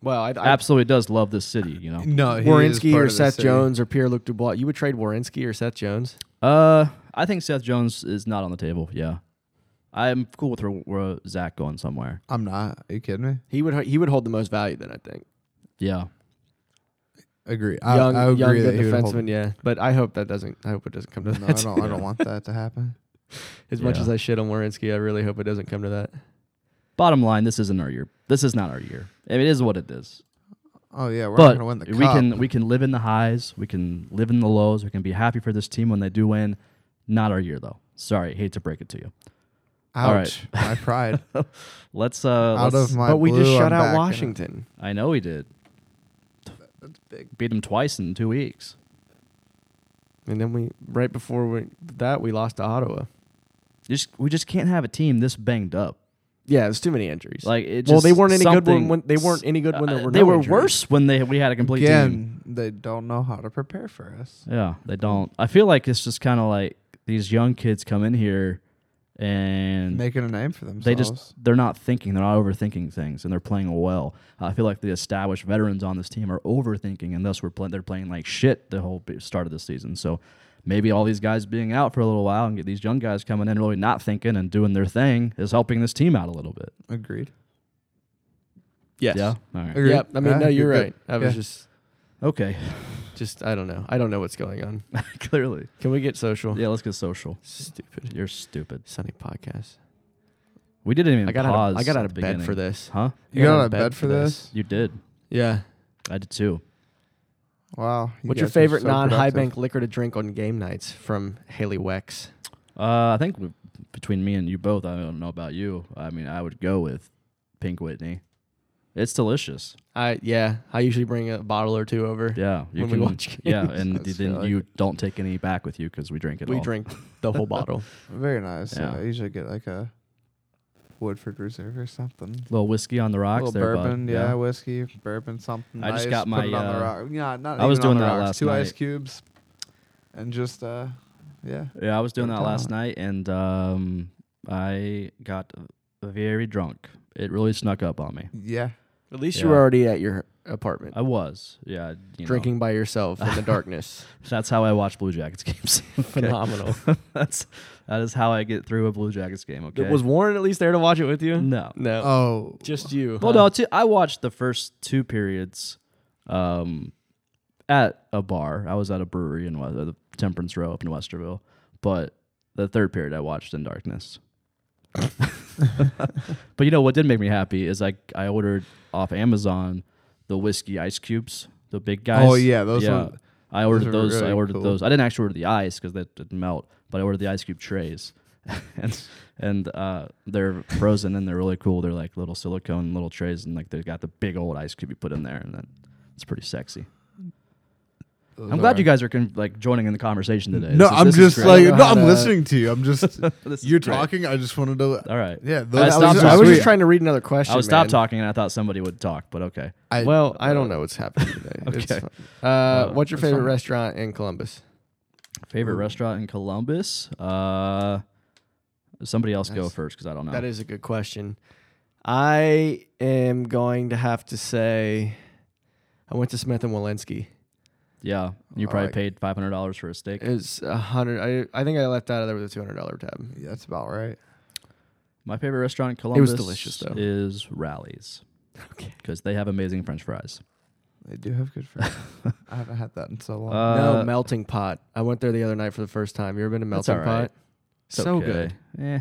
Speaker 1: well. I'd, I'd
Speaker 2: absolutely does love this city. You know,
Speaker 3: No, Oh, he is
Speaker 1: Warinsky
Speaker 3: part
Speaker 1: or
Speaker 3: of the
Speaker 1: Seth
Speaker 3: city.
Speaker 1: Jones or Pierre Luc Dubois. You would trade Warinsky or Seth Jones.
Speaker 2: uh, I think Seth Jones is not on the table. Yeah, I'm cool with where- where Zach going somewhere.
Speaker 3: I'm not. Are you kidding me?
Speaker 1: He would he would hold the most value then. I think
Speaker 2: Yeah,
Speaker 3: Agree. I,
Speaker 1: young,
Speaker 3: I agree
Speaker 1: young
Speaker 3: that
Speaker 1: good
Speaker 3: he would hold-
Speaker 1: defenseman. Yeah, but I hope that doesn't. I hope it doesn't come to
Speaker 3: No, I
Speaker 1: that.
Speaker 3: don't. I don't want that to happen.
Speaker 1: as much
Speaker 2: Yeah.
Speaker 1: as I shit on Warinsky, I really hope it doesn't come to that.
Speaker 2: bottom line, this isn't our year. This is not our year. I mean, it is what it is.
Speaker 3: Oh yeah, we're not
Speaker 2: but
Speaker 3: gonna win the cup.
Speaker 2: we can we can live in the highs. We can live in the lows. We can be happy for this team when they do win. Not our year though. Sorry, hate to break it to you. all right.
Speaker 3: Ouch! My pride.
Speaker 2: Let's uh,
Speaker 3: Out
Speaker 2: let's,
Speaker 3: of my.
Speaker 1: But we just
Speaker 3: blue,
Speaker 1: shut
Speaker 3: I'm back in
Speaker 1: out
Speaker 3: it.
Speaker 1: Washington.
Speaker 2: I know we did. Beat him twice in two weeks.
Speaker 1: And then we, right before we, that, we lost to Ottawa.
Speaker 2: Just we just can't have a team this banged up.
Speaker 1: Yeah, there's too many injuries.
Speaker 2: Like it
Speaker 1: well,
Speaker 2: just
Speaker 1: they weren't any good
Speaker 2: something-
Speaker 1: when, when they weren't any good when there
Speaker 2: Uh,
Speaker 1: were.
Speaker 2: they
Speaker 1: no
Speaker 2: were
Speaker 1: injuries.
Speaker 2: worse when they we had a complete team.
Speaker 3: Again, they don't know how to prepare for us.
Speaker 2: Yeah, they don't. I feel like it's just kind of like these young kids come in here and
Speaker 3: Making a name for themselves.
Speaker 2: they just they're not thinking, they're not overthinking things, and they're playing well. I feel like the established veterans on this team are overthinking, and thus we're playing. They're playing like shit the whole b- start of the season. So maybe all these guys being out for a little while and get these young guys coming in really not thinking and doing their thing is helping this team out a little bit.
Speaker 3: agreed.
Speaker 1: Yes.
Speaker 2: Yeah. All right.
Speaker 3: Agreed.
Speaker 1: Yep. I mean,
Speaker 3: Yeah,
Speaker 1: no, you're
Speaker 3: good.
Speaker 1: right. I was
Speaker 3: Yeah.
Speaker 1: just,
Speaker 2: Okay.
Speaker 1: just I don't know. I don't know what's going on.
Speaker 2: Clearly.
Speaker 1: Can we get social?
Speaker 2: Yeah. Let's get social.
Speaker 1: Stupid
Speaker 2: You're stupid.
Speaker 1: Sunny podcast.
Speaker 2: We didn't even
Speaker 1: I got out.
Speaker 2: pause.
Speaker 1: Of, I got out
Speaker 2: at
Speaker 1: of
Speaker 2: the
Speaker 1: bed
Speaker 2: beginning.
Speaker 1: for this.
Speaker 2: Huh?
Speaker 3: You got out of bed for this?
Speaker 2: You did.
Speaker 1: Yeah.
Speaker 2: I did too.
Speaker 3: Wow. you
Speaker 1: What's your
Speaker 3: guys are
Speaker 1: favorite
Speaker 3: so
Speaker 1: non-high
Speaker 3: productive.
Speaker 1: bank liquor to drink on game nights from Haley Wex?
Speaker 2: Uh, I think we, between me and you both, I don't know about you. I mean, I would go with Pink Whitney. It's delicious.
Speaker 1: I yeah. I usually bring a bottle or two over.
Speaker 2: Yeah, you
Speaker 1: When we watch
Speaker 2: Yeah, and
Speaker 3: That's
Speaker 2: then
Speaker 3: really
Speaker 2: you don't take any back with you because we drink it
Speaker 1: we
Speaker 2: all.
Speaker 1: drink the whole bottle.
Speaker 3: Very nice. Yeah.
Speaker 2: Yeah.
Speaker 3: I usually get like a Woodford Reserve or something.
Speaker 2: little whiskey on the rocks.
Speaker 3: little
Speaker 2: there, bud.
Speaker 3: bourbon, yeah, whiskey, bourbon, something.
Speaker 2: I just
Speaker 3: nice,
Speaker 2: got my,
Speaker 3: Put it on the
Speaker 2: uh,
Speaker 3: rock. Yeah, not
Speaker 2: I was
Speaker 3: even on
Speaker 2: doing
Speaker 3: the
Speaker 2: that
Speaker 3: rocks,
Speaker 2: last
Speaker 3: Two ice
Speaker 2: night.
Speaker 3: cubes, and just uh, yeah.
Speaker 2: Yeah, I was doing
Speaker 3: Put it
Speaker 2: that last
Speaker 3: on.
Speaker 2: night, and um, I got very drunk. It really snuck up on me.
Speaker 3: Yeah.
Speaker 1: At least
Speaker 2: you
Speaker 1: you
Speaker 2: were
Speaker 1: were already at your apartment
Speaker 2: I was, yeah, you know,
Speaker 1: drinking by yourself in the darkness.
Speaker 2: that's how I watch Blue Jackets games.
Speaker 1: Phenomenal.
Speaker 2: that's that is how I get through a Blue Jackets game. Okay,
Speaker 1: Was Warren at least there to watch it with you?
Speaker 2: no, Uh,
Speaker 1: No.
Speaker 3: Oh,
Speaker 1: Just you.
Speaker 2: Well,
Speaker 1: huh?
Speaker 2: no, two, I watched the first two periods um, at a bar. I was at a brewery in West, the Temperance Row up in Westerville, but the third period I watched in darkness. but you know what did make me happy is I I ordered off Amazon the whiskey ice cubes, the big guys.
Speaker 3: Oh, yeah, those ones-
Speaker 2: I ordered
Speaker 3: those
Speaker 2: those.
Speaker 3: are
Speaker 2: I
Speaker 3: really
Speaker 2: ordered
Speaker 3: cool.
Speaker 2: those. I didn't actually order the ice because that didn't melt, but I ordered the ice cube trays, and and uh, they're frozen and they're really cool. They're like little silicone little trays, and like they got the big old ice cube you put in there, and then it's pretty sexy. I'm glad you guys are con- like joining in the conversation today. This
Speaker 3: No,
Speaker 2: is-
Speaker 3: I'm
Speaker 2: this is
Speaker 3: just
Speaker 2: great.
Speaker 3: like
Speaker 1: I don't
Speaker 3: no,
Speaker 1: know how
Speaker 3: I'm
Speaker 1: to-
Speaker 3: listening to you. I'm just
Speaker 2: This is
Speaker 3: you're
Speaker 2: great.
Speaker 3: talking. I just wanted to.
Speaker 2: All right.
Speaker 3: Yeah,
Speaker 2: I
Speaker 3: those,
Speaker 2: stopped
Speaker 3: those are
Speaker 1: I was
Speaker 3: sweet.
Speaker 1: just trying to read another question.
Speaker 2: I stopped
Speaker 1: man.
Speaker 2: talking and I thought somebody would talk, but okay.
Speaker 3: I-
Speaker 1: Well, I don't know what's happening today.
Speaker 2: Okay.
Speaker 1: It's fine. uh,
Speaker 2: Uh,
Speaker 1: what's your
Speaker 3: that's
Speaker 1: favorite
Speaker 3: fine.
Speaker 1: restaurant in Columbus?
Speaker 2: Favorite restaurant in Columbus? Uh, somebody else go
Speaker 3: Nice.
Speaker 2: first because I don't know.
Speaker 1: That is a good question. I am going to have to say I went to Smith and Walensky.
Speaker 2: yeah, you
Speaker 3: All
Speaker 2: probably
Speaker 3: right.
Speaker 2: paid five hundred dollars for a steak.
Speaker 1: It's a hundred. I I think I left out of there with a two hundred dollar tab.
Speaker 3: Yeah, that's about right.
Speaker 2: My favorite restaurant in
Speaker 1: It
Speaker 2: Columbus
Speaker 1: was delicious, though.
Speaker 2: is Rallies.
Speaker 1: Okay.
Speaker 2: Because they have amazing French fries.
Speaker 3: They do have good friends. I haven't had that in so long.
Speaker 2: Uh,
Speaker 1: no melting pot. I went there the other night for the first time. You ever been to
Speaker 2: That's
Speaker 1: melting
Speaker 2: all right.
Speaker 1: pot? So
Speaker 2: okay.
Speaker 1: good.
Speaker 2: Eh.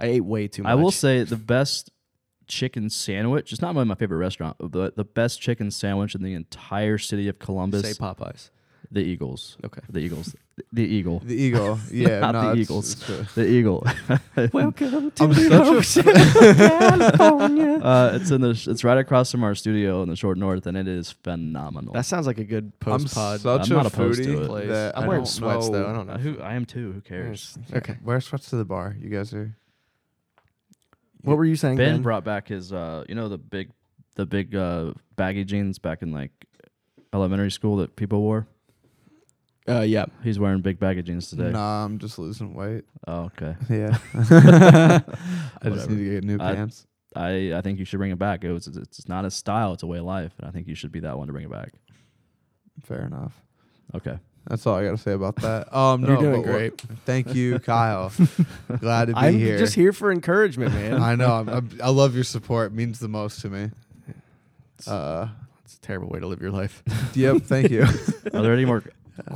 Speaker 1: I ate way too much.
Speaker 2: I will say the best chicken sandwich, it's not really my favorite restaurant, but the best chicken sandwich in the entire city of Columbus,
Speaker 1: say Popeyes.
Speaker 2: the Eagles.
Speaker 1: Okay.
Speaker 2: The Eagles. The Eagle.
Speaker 3: the eagle. Yeah,
Speaker 2: Not
Speaker 3: no,
Speaker 2: the
Speaker 3: it's-
Speaker 2: Eagles.
Speaker 3: it's good.
Speaker 2: The Eagle.
Speaker 1: Welcome
Speaker 3: I'm such a
Speaker 1: California.
Speaker 2: uh, it's in the. It's right across from our studio in the Short North, and it is phenomenal.
Speaker 1: That sounds like a good
Speaker 3: I'm
Speaker 1: post pod
Speaker 3: such
Speaker 2: I'm
Speaker 3: a
Speaker 2: not opposed to
Speaker 3: foodie
Speaker 2: it.
Speaker 1: place.
Speaker 3: that
Speaker 1: I'm
Speaker 3: I
Speaker 1: wearing
Speaker 3: don't
Speaker 1: sweats
Speaker 3: know.
Speaker 1: though. I don't know.
Speaker 2: Uh, who I am too. Who cares?
Speaker 1: Okay.
Speaker 3: Wear sweats to the bar. You guys are.
Speaker 1: What were you saying,
Speaker 2: Ben
Speaker 1: Ben?
Speaker 2: brought back his, uh, you know, the big, the big uh, baggy jeans back in like elementary school that people wore.
Speaker 1: Uh, yeah.
Speaker 2: He's wearing big bag of jeans today.
Speaker 3: Nah, I'm just losing weight.
Speaker 2: Oh, okay.
Speaker 3: Yeah. I just
Speaker 2: Whatever.
Speaker 3: need to get new
Speaker 2: I-
Speaker 3: pants.
Speaker 2: I, I think you should bring it back. It was it's it's not a style, it's a way of life, and I think you should be that one to bring it back.
Speaker 3: Fair enough.
Speaker 2: Okay.
Speaker 3: That's all I got to say about that. Um,
Speaker 1: You're
Speaker 3: no,
Speaker 1: doing
Speaker 3: but what-
Speaker 1: great.
Speaker 3: Thank you, Kyle. Glad to be
Speaker 1: I'm
Speaker 3: here.
Speaker 1: just here for encouragement, man.
Speaker 3: I know. I'm, I'm, I love your support. It means the most to me. Uh,
Speaker 1: It's a terrible way to live your life.
Speaker 3: yep. Thank you.
Speaker 2: Are there any more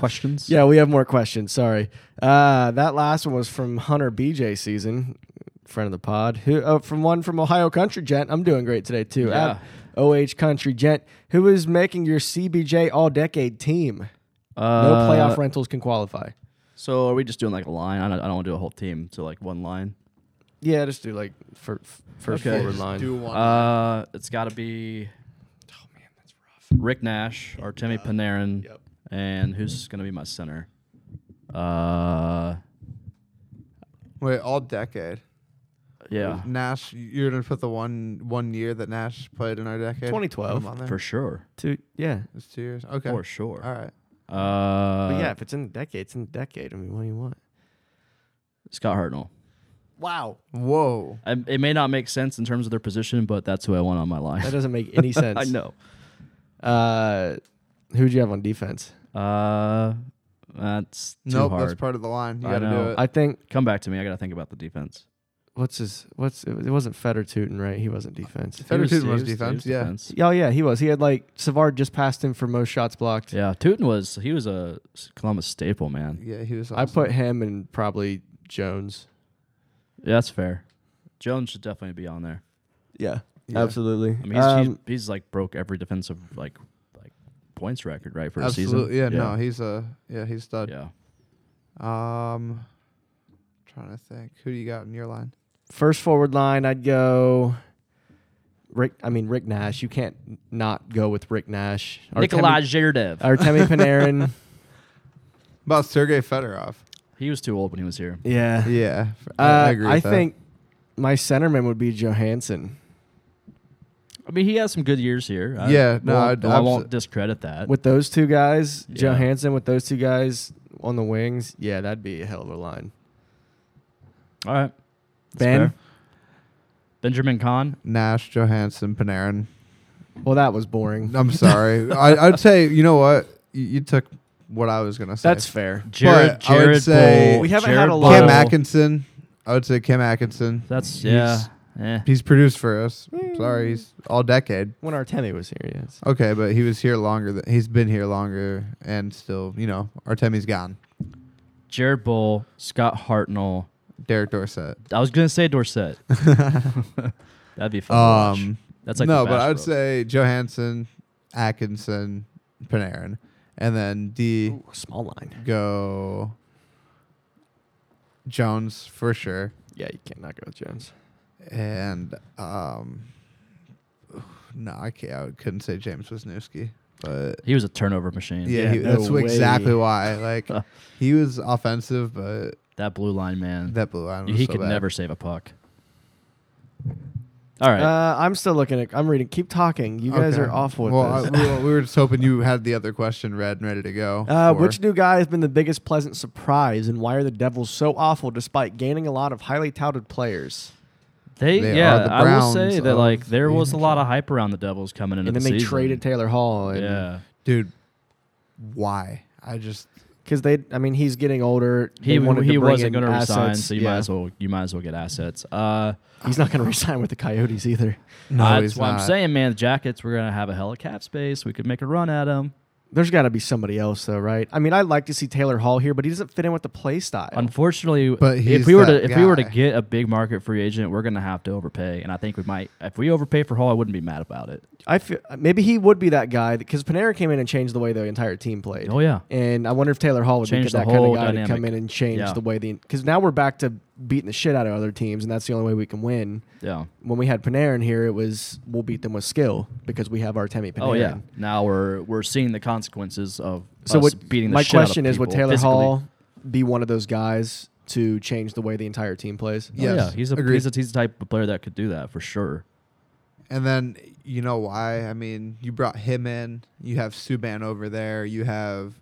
Speaker 2: questions?
Speaker 1: Yeah, we have more questions. Sorry. Uh, that last one was from Hunter BJ season, friend of the pod, who uh, from one from Ohio Country Gent. I'm doing great today too.
Speaker 2: Yeah.
Speaker 1: At OH Country Gent, who is making your CBJ All Decade team. No
Speaker 2: Uh,
Speaker 1: playoff rentals can qualify.
Speaker 2: So are we just doing like a line? I don't, I don't want to do a whole team, so like one line.
Speaker 1: Yeah, just do like for, first
Speaker 2: Okay.
Speaker 1: forward
Speaker 2: Just
Speaker 1: line.
Speaker 3: Do one.
Speaker 2: Uh, it's got to be. Oh man, that's rough. Rick Nash, Artemi Panarin,
Speaker 1: Yep.
Speaker 2: and who's gonna be my center? Uh,
Speaker 3: Wait, all decade.
Speaker 2: yeah,
Speaker 3: Nash, you're gonna put the one one year that Nash played in our decade.
Speaker 1: 2012.
Speaker 3: Put him on there?
Speaker 2: for sure,
Speaker 1: Two, yeah.
Speaker 3: It's two years. Okay.
Speaker 2: for sure.
Speaker 3: All right.
Speaker 2: Uh,
Speaker 1: but yeah, if it's in the decade, it's in the decade. I mean, what do you want?
Speaker 2: Scott Hartnell.
Speaker 1: Wow.
Speaker 3: Whoa.
Speaker 2: I, it may not make sense in terms of their position, but that's who I want on my line.
Speaker 1: That doesn't make any sense.
Speaker 2: I know.
Speaker 1: Uh, who'd you have on defense?
Speaker 2: Uh, that's too
Speaker 3: nope.
Speaker 2: hard.
Speaker 3: That's part of the line. You
Speaker 2: I
Speaker 3: gotta do
Speaker 2: know.
Speaker 3: it.
Speaker 1: I think
Speaker 2: Come back to me. I gotta think about the defense.
Speaker 1: what's his what's it wasn't Fetter Tootin, right? He wasn't defense.
Speaker 3: Federer
Speaker 2: He
Speaker 3: Tootin
Speaker 2: he
Speaker 3: was
Speaker 2: he
Speaker 3: defense, yeah.
Speaker 2: defense.
Speaker 1: Oh yeah, he was. He had like Savard just passed him for most shots blocked.
Speaker 2: Yeah, Tootin was he was a Columbus staple, man.
Speaker 3: yeah, he was.
Speaker 1: I
Speaker 3: awesome.
Speaker 1: put him and probably Jones.
Speaker 2: Yeah, that's fair. Jones should definitely be on there.
Speaker 1: Yeah,
Speaker 3: Yeah.
Speaker 1: absolutely.
Speaker 2: I mean, he's,
Speaker 1: Um,
Speaker 2: he's, he's like broke every defensive like like points record right for
Speaker 3: Absolutely.
Speaker 2: a
Speaker 3: Yeah,
Speaker 2: season.
Speaker 3: No, uh, he's a yeah. He's stud.
Speaker 2: yeah.
Speaker 3: Um, trying to think. Who do you got in your line?
Speaker 1: first forward line, I'd go. Rick, I mean Rick Nash. You can't not go with Rick Nash.
Speaker 2: Nikolai Zherdev.
Speaker 1: Artemi Panarin.
Speaker 3: About Sergey Fedorov.
Speaker 2: He was too old when he was here.
Speaker 1: Yeah,
Speaker 3: Yeah,
Speaker 1: Uh,
Speaker 3: I, I
Speaker 1: I,
Speaker 3: agree. With that.
Speaker 1: think my centerman would be Johansson
Speaker 2: I mean, he has some good years here. I
Speaker 3: Yeah, no,
Speaker 2: won't-
Speaker 3: I'd
Speaker 2: I won't
Speaker 3: abso-
Speaker 2: discredit that.
Speaker 1: with those two guys.
Speaker 2: Yeah.
Speaker 1: Johansson with those two guys on the wings. Yeah, that'd be a hell of a line.
Speaker 2: All right, That's
Speaker 1: Ben?
Speaker 2: fair. Benjamin Kahn.
Speaker 3: Nash, Johansson, Panarin.
Speaker 1: Well, that was boring.
Speaker 3: I'm sorry. I, I'd say you know what you, you took what I was gonna say.
Speaker 1: That's fair.
Speaker 2: Jared.
Speaker 3: I would
Speaker 2: Jared
Speaker 3: say-
Speaker 2: Bull.
Speaker 1: We haven't
Speaker 2: Jared
Speaker 1: had a
Speaker 2: Bull.
Speaker 1: lot
Speaker 3: Cam
Speaker 1: of-
Speaker 3: Atkinson. I would say Cam Atkinson.
Speaker 2: That's yeah.
Speaker 3: He's-
Speaker 2: eh.
Speaker 3: He's produced for us. Sorry, he's all decade.
Speaker 1: When Artemi was here, yes.
Speaker 3: Okay, but he was here longer. Than, he's been here longer, and still, you know, Artemi's gone.
Speaker 2: Jared Bull. Scott Hartnell.
Speaker 3: Derek Dorsett.
Speaker 2: I was gonna say Dorset. That'd be fun. to watch.
Speaker 3: Um,
Speaker 2: That's like
Speaker 3: no,
Speaker 2: the
Speaker 3: but
Speaker 2: Bash
Speaker 3: I would
Speaker 2: Bros.
Speaker 3: say Johansson, Atkinson, Panarin, and then D
Speaker 1: small line.
Speaker 3: go Jones for sure,
Speaker 1: Yeah, you can't not go with Jones.
Speaker 3: and um, no, I can't. I couldn't say James Wisniewski, but
Speaker 2: he was a turnover machine.
Speaker 3: Yeah,
Speaker 1: Yeah,
Speaker 3: he,
Speaker 1: no
Speaker 3: that's
Speaker 1: way.
Speaker 3: exactly why. Like he was offensive, but
Speaker 2: that blue line man.
Speaker 3: that blue line was
Speaker 2: he
Speaker 3: so
Speaker 2: could
Speaker 3: bad.
Speaker 2: never save a puck. All right,
Speaker 1: Uh, I'm still looking at. I'm reading. Keep talking. You guys
Speaker 3: Okay.
Speaker 1: are off with
Speaker 3: well,
Speaker 1: this.
Speaker 3: I- we, were- we were just hoping you had the other question read and ready to go.
Speaker 1: Uh,
Speaker 3: for-
Speaker 1: which new guy has been the biggest pleasant surprise, and why are the Devils so awful despite gaining a lot of highly touted players?
Speaker 2: they,
Speaker 3: they
Speaker 2: yeah,
Speaker 3: are the
Speaker 2: I will say
Speaker 3: Browns
Speaker 2: that
Speaker 3: of
Speaker 2: like there
Speaker 3: the
Speaker 2: was a
Speaker 3: NHL.
Speaker 2: lot of hype around the Devils coming into
Speaker 1: And then
Speaker 2: the
Speaker 1: they
Speaker 2: season.
Speaker 1: traded Taylor Hall, and
Speaker 2: yeah,
Speaker 3: dude? Why? I just
Speaker 1: because they, I mean, he's getting older.
Speaker 2: he
Speaker 1: they wanted
Speaker 2: he
Speaker 1: to bring
Speaker 2: wasn't
Speaker 1: in
Speaker 2: going to resign,
Speaker 1: assets.
Speaker 2: so you might
Speaker 3: yeah.
Speaker 2: as well you might as well get assets. Uh,
Speaker 1: He's not going to resign with the Coyotes either.
Speaker 3: no.
Speaker 2: that's
Speaker 3: he's
Speaker 2: what I'm
Speaker 3: not.
Speaker 2: saying, man. The Jackets, we're going to have a hell of cap space. We could make a run at them.
Speaker 1: There's got to be somebody else, though, right? I mean, I'd like to see Taylor Hall here, but he doesn't fit in with the play style.
Speaker 2: Unfortunately,
Speaker 3: But
Speaker 2: if
Speaker 3: he's
Speaker 2: we were to
Speaker 3: that
Speaker 2: if we were to
Speaker 3: guy.
Speaker 2: get a big market free agent, we're going to have to overpay, and I think we might. If we overpay for Hall, I wouldn't be mad about it.
Speaker 1: I feel maybe he would be that guy because Panera came in and changed the way the entire team played.
Speaker 2: Oh yeah,
Speaker 1: And I wonder if Taylor Hall would
Speaker 2: Changed
Speaker 1: be
Speaker 2: the
Speaker 1: that kind of
Speaker 2: whole
Speaker 1: guy to come
Speaker 2: dynamic.
Speaker 1: in and change
Speaker 2: Yeah.
Speaker 1: the way the because now we're back to beating the shit out of other teams, and that's the only way we can win.
Speaker 2: yeah.
Speaker 1: When we had Panera in here, it was we'll beat them with skill because we have Artemi Panarin.
Speaker 2: Oh yeah. Now we're we're seeing the consequences of
Speaker 1: So
Speaker 2: us
Speaker 1: what,
Speaker 2: beating the
Speaker 1: my
Speaker 2: shit out of
Speaker 1: question is, would
Speaker 2: people
Speaker 1: Taylor
Speaker 2: physically.
Speaker 1: Hall be one of those guys to change the way the entire team plays?
Speaker 2: Oh, yeah,
Speaker 3: Yes,
Speaker 2: he's a
Speaker 3: agreed.
Speaker 2: he's, a, he's the type of player that could do that for sure.
Speaker 3: And then you know why? I mean, you brought him in. You have Subban over there. You have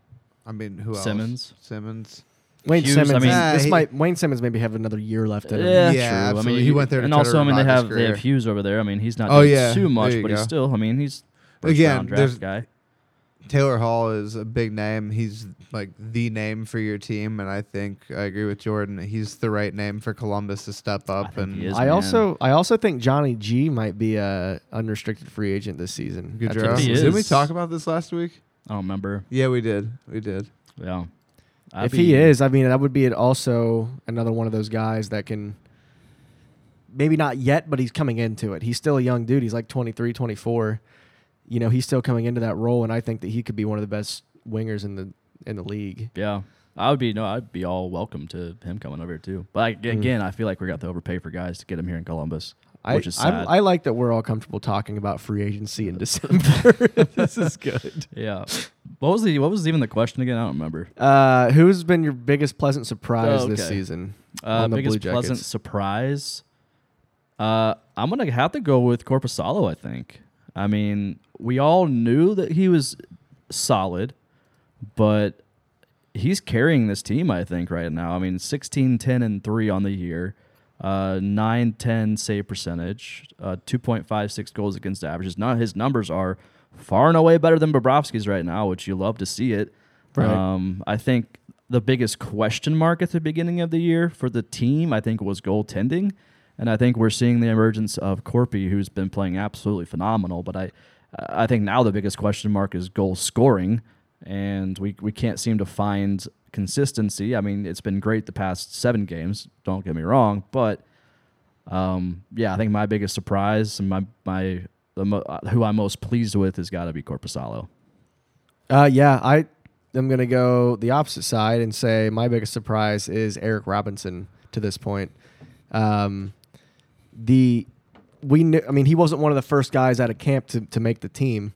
Speaker 3: I mean, who else?
Speaker 2: Simmons.
Speaker 3: Simmons.
Speaker 1: Wayne
Speaker 2: Hughes, I
Speaker 1: Simmons.
Speaker 2: mean-
Speaker 3: Ah,
Speaker 1: this
Speaker 3: he-
Speaker 1: might Wayne Simmons maybe have another year left in him.
Speaker 2: Yeah,
Speaker 3: Yeah,
Speaker 2: true. I
Speaker 3: absolutely.
Speaker 2: mean,
Speaker 3: He went there to
Speaker 2: and
Speaker 3: try to
Speaker 2: also I mean they
Speaker 3: revive his
Speaker 2: have they have
Speaker 3: career.
Speaker 2: Hughes over there. I mean he's not
Speaker 3: Oh,
Speaker 2: doing
Speaker 3: yeah.
Speaker 2: too much,
Speaker 3: There you
Speaker 2: but he's
Speaker 3: go.
Speaker 2: still. I mean he's first
Speaker 3: Again,
Speaker 2: round
Speaker 3: there's-
Speaker 2: draft guy.
Speaker 3: Taylor Hall is a big name. He's like the name for your team, and I think I agree with Jordan. He's the right name for Columbus to step up.
Speaker 2: think
Speaker 3: and
Speaker 2: he is.
Speaker 1: I
Speaker 2: man.
Speaker 1: also I also think Johnny G might be a unrestricted free agent this season.
Speaker 3: Gaudreau.
Speaker 1: After
Speaker 2: He
Speaker 1: this
Speaker 2: is.
Speaker 3: Didn't we
Speaker 1: season.
Speaker 3: talk about this last week?
Speaker 2: I don't remember.
Speaker 3: Yeah, we did. We did.
Speaker 2: Yeah. I'd
Speaker 1: If
Speaker 2: be-
Speaker 1: he is, I mean that would be an- also another one of those guys that can maybe not yet, but he's coming into it. He's still a young dude. He's like 23, 24. You know, he's still coming into that role and I think that he could be one of the best wingers in the in the league.
Speaker 2: yeah, I would be no, I'd be all welcome to him coming over here too. But I,
Speaker 3: Hmm.
Speaker 2: again, I feel like we got to overpay for guys to get him here in Columbus,
Speaker 1: I,
Speaker 2: which is
Speaker 1: I'm-
Speaker 2: sad.
Speaker 1: I like that we're all comfortable talking about free agency in December. this is good.
Speaker 2: yeah. What was the what was even the question again? I don't remember.
Speaker 1: Uh, who's been your biggest pleasant surprise
Speaker 2: Oh,
Speaker 1: this
Speaker 2: okay.
Speaker 1: season?
Speaker 2: Uh,
Speaker 1: on the
Speaker 2: biggest
Speaker 1: Blue
Speaker 2: pleasant
Speaker 1: Jackets?
Speaker 2: surprise. Uh, I'm gonna have to go with Corpusalo. I think. I mean, we all knew that he was solid, but he's carrying this team. I think right now. I mean, 16, 10, and three on the year. Uh, 9 10 save percentage, uh, 2.56 goals against averages. Not his numbers are far and away better than Bobrovsky's right now, which you love to see it.
Speaker 1: Right.
Speaker 2: Um, I think the biggest question mark at the beginning of the year for the team, I think, was goaltending. And I think we're seeing the emergence of Corpy, who's been playing absolutely phenomenal. But I, I think now the biggest question mark is goal scoring, and we we can't seem to find consistency. I mean, it's been great the past seven games. Don't get me wrong, but um, yeah, I think my biggest surprise and my my the mo- uh, who I'm most pleased with has got to be Corpusalo.
Speaker 1: Uh, yeah, I am going to go the opposite side and say my biggest surprise is Eric Robinson to this point. Um, the we knew, I mean, he wasn't one of the first guys out of camp to, to make the team.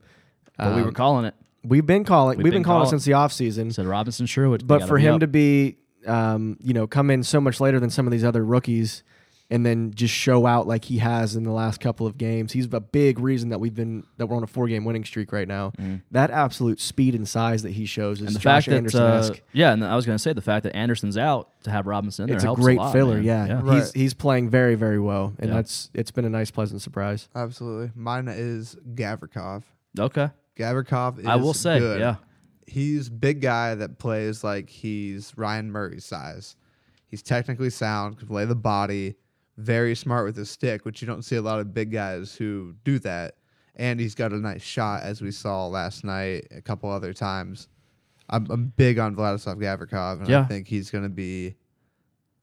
Speaker 2: But we were
Speaker 1: Um,
Speaker 2: calling it.
Speaker 1: we've been calling we've, been, calling, since the offseason.
Speaker 2: Said Robinson Sherwood.
Speaker 1: but for him to be um, you know come in so much later than some of these other rookies and then just show out like he has in the last couple of games he's a big reason that we've been that we're on a four game winning streak right now that absolute speed and size that he shows is
Speaker 2: Mm-hmm. and the
Speaker 1: Josh
Speaker 2: fact that
Speaker 1: Anderson-esque.
Speaker 2: uh, yeah, and I was going to say the fact that Anderson's out to have Robinson in there
Speaker 1: it's a
Speaker 2: helps
Speaker 1: great
Speaker 2: lot,
Speaker 1: filler
Speaker 2: man.
Speaker 1: yeah,
Speaker 3: Right.
Speaker 1: he's he's playing very very well and
Speaker 2: Yeah.
Speaker 1: that's it's been a nice pleasant surprise
Speaker 3: Absolutely. Mine is Gavrikov.
Speaker 2: Okay.
Speaker 3: Gavrikov is
Speaker 2: I will say,
Speaker 3: good.
Speaker 2: yeah.
Speaker 3: He's big guy that plays like he's Ryan Murray's size. He's technically sound, can play the body, very smart with his stick, which you don't see a lot of big guys who do that. And he's got a nice shot, as we saw last night, a couple other times. I'm, I'm big on Vladislav Gavrikov, and I
Speaker 2: Yeah.
Speaker 3: think he's going to be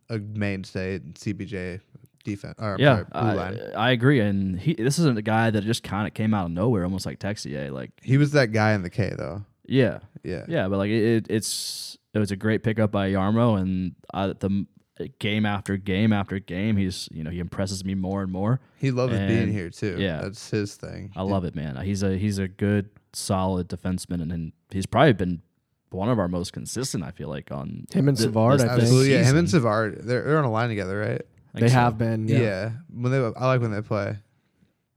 Speaker 3: a mainstay in CBJ defense. Or, I'm
Speaker 2: Yeah,
Speaker 3: sorry, blue line.
Speaker 2: I, I agree. And he, this isn't a guy that just kind of came out of nowhere, almost like Texier. Like,
Speaker 3: He was that guy in the K, though.
Speaker 2: yeah,
Speaker 3: Yeah.
Speaker 2: yeah, but like it, it, it's it was a great pickup by Yarmo, and uh, the m- game after game after game, he's you know he impresses me more and more.
Speaker 3: He loves being
Speaker 2: And-
Speaker 3: here too.
Speaker 2: yeah.
Speaker 3: that's his thing.
Speaker 2: I love it, man. He's a he's a good, solid defenseman, and, and he's probably been one of our most consistent. I feel like on
Speaker 1: Him and
Speaker 2: thi-
Speaker 1: Savard, I think.
Speaker 3: Absolutely, yeah. Him and
Speaker 2: season.
Speaker 3: Savard, they're, they're on a line together, right?
Speaker 1: they
Speaker 2: I think so.
Speaker 1: have been
Speaker 3: Yeah.
Speaker 1: yeah. yeah
Speaker 3: When they, I like when they play.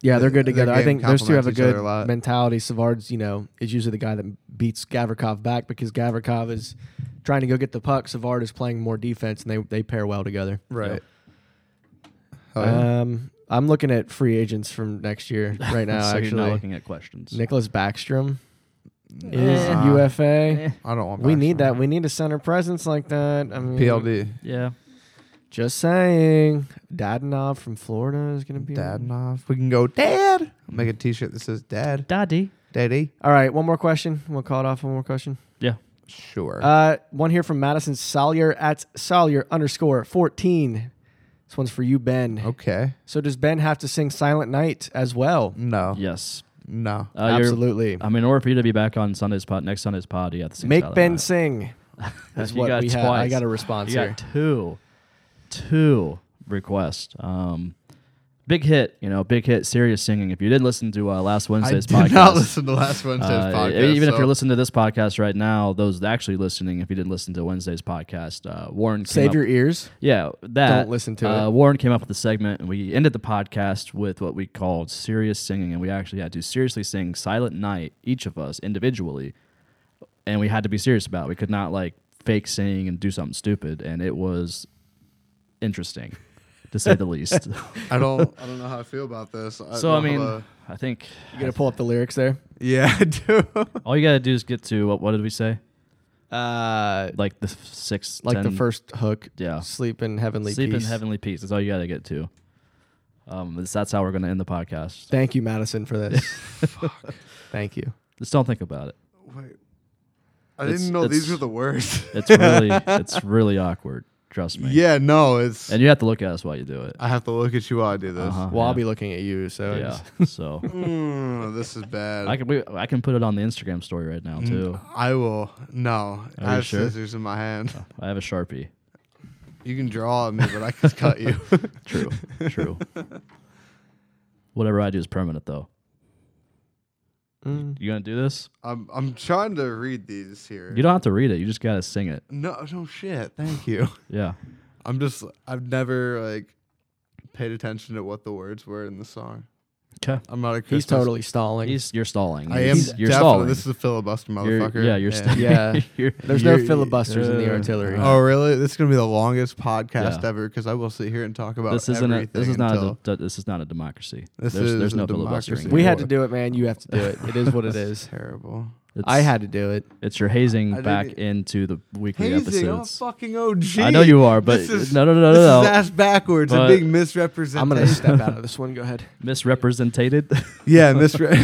Speaker 1: they're good
Speaker 3: Their
Speaker 1: together i
Speaker 3: game
Speaker 1: think those two have a
Speaker 3: complements each other
Speaker 1: good
Speaker 3: a lot.
Speaker 1: mentality savard's you know is usually the guy that beats gavrikov back because gavrikov is trying to go get the puck savard is playing more defense and they, they pair well together
Speaker 2: Uh,
Speaker 3: Right. Oh, yeah.
Speaker 1: um, i'm looking at free agents from next year right now
Speaker 2: so you're not
Speaker 1: actually
Speaker 2: looking at questions.
Speaker 1: nicholas backstrom is
Speaker 2: Eh.
Speaker 1: ufa
Speaker 3: I don't want.
Speaker 1: we need
Speaker 3: Backstrom.
Speaker 1: that we need a center presence like that i mean
Speaker 3: PLD.
Speaker 2: Yeah,
Speaker 1: just saying dadanov from florida is gonna be
Speaker 3: Dad and off. We can go. Dad. I'll make a T-shirt that says Dad.
Speaker 2: Daddy.
Speaker 3: Daddy.
Speaker 1: all right one more question we'll call it off one more question
Speaker 2: Yeah,
Speaker 3: Sure.
Speaker 1: Uh, one here from Madison Salyer at Salyer underscore 14. This one's for you, Ben.
Speaker 3: okay.
Speaker 1: So does Ben have to sing Silent Night as well?
Speaker 3: No.
Speaker 2: yes,
Speaker 3: No.
Speaker 2: uh, you're-
Speaker 1: Absolutely.
Speaker 2: I mean, in order for you to be back on Sunday's pod next Sunday's pod, you have to sing
Speaker 1: Make
Speaker 2: Silent
Speaker 1: Ben
Speaker 2: Night.
Speaker 1: sing. That's
Speaker 2: You
Speaker 1: what
Speaker 2: got
Speaker 1: we have. I
Speaker 2: twice.
Speaker 1: got a response
Speaker 2: You
Speaker 1: here.
Speaker 2: got two, two requests. Um, big hit, you know, big hit. Serious singing. If you did listen to uh, last
Speaker 3: I
Speaker 2: Wednesday's
Speaker 3: did
Speaker 2: podcast,
Speaker 3: not listen to last Wednesday's
Speaker 2: uh,
Speaker 3: podcast.
Speaker 2: even if
Speaker 3: so-
Speaker 2: you're listening to this podcast right now, those actually listening, if you didn't listen to Wednesday's podcast, uh, Warren came
Speaker 1: Save
Speaker 2: up-
Speaker 1: your ears.
Speaker 2: yeah, that.
Speaker 1: Don't listen to
Speaker 2: uh,
Speaker 1: it.
Speaker 2: Warren came up with a segment, and we ended the podcast with what we called serious singing, and we actually had to seriously sing "Silent Night" each of us individually, and we had to be serious about. it. We could not like fake sing and do something stupid, and it was interesting to say the least.
Speaker 3: I don't. I don't know how I feel about this. I uh,
Speaker 2: so I
Speaker 3: don't have
Speaker 2: mean,
Speaker 3: a-
Speaker 2: I think
Speaker 1: You gonna pull up the lyrics there?
Speaker 3: yeah, I do.
Speaker 2: all you gotta do is get to what, what did we say?
Speaker 1: Uh,
Speaker 2: Like the f- six,
Speaker 1: like the
Speaker 2: ten-
Speaker 1: first hook.
Speaker 2: yeah.
Speaker 1: Sleep in heavenly
Speaker 2: Oh. Sleep
Speaker 1: peace.
Speaker 2: in heavenly peace. That's all you gotta get to. Um, this- that's how we're gonna end the podcast.
Speaker 1: Thank you, Madison, for this. Thank you.
Speaker 2: Just don't think about it.
Speaker 3: Wait, I
Speaker 2: It's-
Speaker 3: didn't know these
Speaker 2: it's-
Speaker 3: were the words.
Speaker 2: It's really, it's really awkward. Trust me.
Speaker 3: yeah, no, it's.
Speaker 2: And you have to look at us while you do it.
Speaker 3: I have to look at you while I do this.
Speaker 2: Uh-huh,
Speaker 1: Well, I'll
Speaker 2: yeah.
Speaker 1: be looking at you. So
Speaker 2: Yeah.
Speaker 1: it's-
Speaker 2: so
Speaker 3: Mm, this is bad.
Speaker 2: I can we, I can put it on the Instagram story right
Speaker 3: Mm.
Speaker 2: now too.
Speaker 3: I will. No,
Speaker 2: Are
Speaker 3: I
Speaker 2: you
Speaker 3: have
Speaker 2: sure? Oh.
Speaker 3: scissors in my hand.
Speaker 2: I have a sharpie.
Speaker 3: You can draw at me, but I can cut you.
Speaker 2: True. True. Whatever I do is permanent though.
Speaker 1: Mm.
Speaker 2: You gonna do this?
Speaker 3: I'm. I'm trying to read these here.
Speaker 2: You don't have to read it. You just gotta sing it.
Speaker 3: no, no shit. Thank you.
Speaker 2: Yeah.
Speaker 3: I'm just. I've never like paid attention to what the words were in the song.
Speaker 2: Okay.
Speaker 3: I'm not a. Christmas.
Speaker 1: he's totally stalling.
Speaker 2: He's, you're stalling.
Speaker 3: I am
Speaker 2: He's-
Speaker 3: definitely.
Speaker 2: You're stalling.
Speaker 3: This is a filibuster,
Speaker 2: You're-
Speaker 3: motherfucker.
Speaker 2: yeah, you're
Speaker 3: And-
Speaker 2: st-
Speaker 1: Yeah.
Speaker 2: you're-
Speaker 1: There's
Speaker 3: you're-
Speaker 1: no filibusters in the
Speaker 2: uh,
Speaker 1: artillery.
Speaker 3: Oh really? This is gonna be the longest podcast
Speaker 2: Yeah.
Speaker 3: ever because I will sit here and talk about
Speaker 2: this isn't a,
Speaker 3: everything.
Speaker 2: this is not a,
Speaker 3: until-
Speaker 2: de- this is not a democracy.
Speaker 3: This
Speaker 2: there's,
Speaker 3: is
Speaker 2: there's
Speaker 3: a
Speaker 2: no filibustering.
Speaker 3: democracy.
Speaker 1: we had
Speaker 2: anymore.
Speaker 1: to do it, man. You have to do it. It is what it is.
Speaker 3: terrible.
Speaker 2: It's-
Speaker 1: I had to do it.
Speaker 2: It's your hazing
Speaker 3: I didn't
Speaker 2: back
Speaker 3: get-
Speaker 2: into the weekly
Speaker 3: Hazing, I'm a
Speaker 2: episodes.
Speaker 3: fucking OG.
Speaker 2: I know you are, but
Speaker 3: This is-
Speaker 2: no, no, no, no,
Speaker 3: this
Speaker 2: no.
Speaker 3: is ass backwards
Speaker 2: But-
Speaker 3: and being misrepresented.
Speaker 1: I'm gonna step out of this one. Go ahead.
Speaker 2: misrepresented.
Speaker 3: yeah, misre.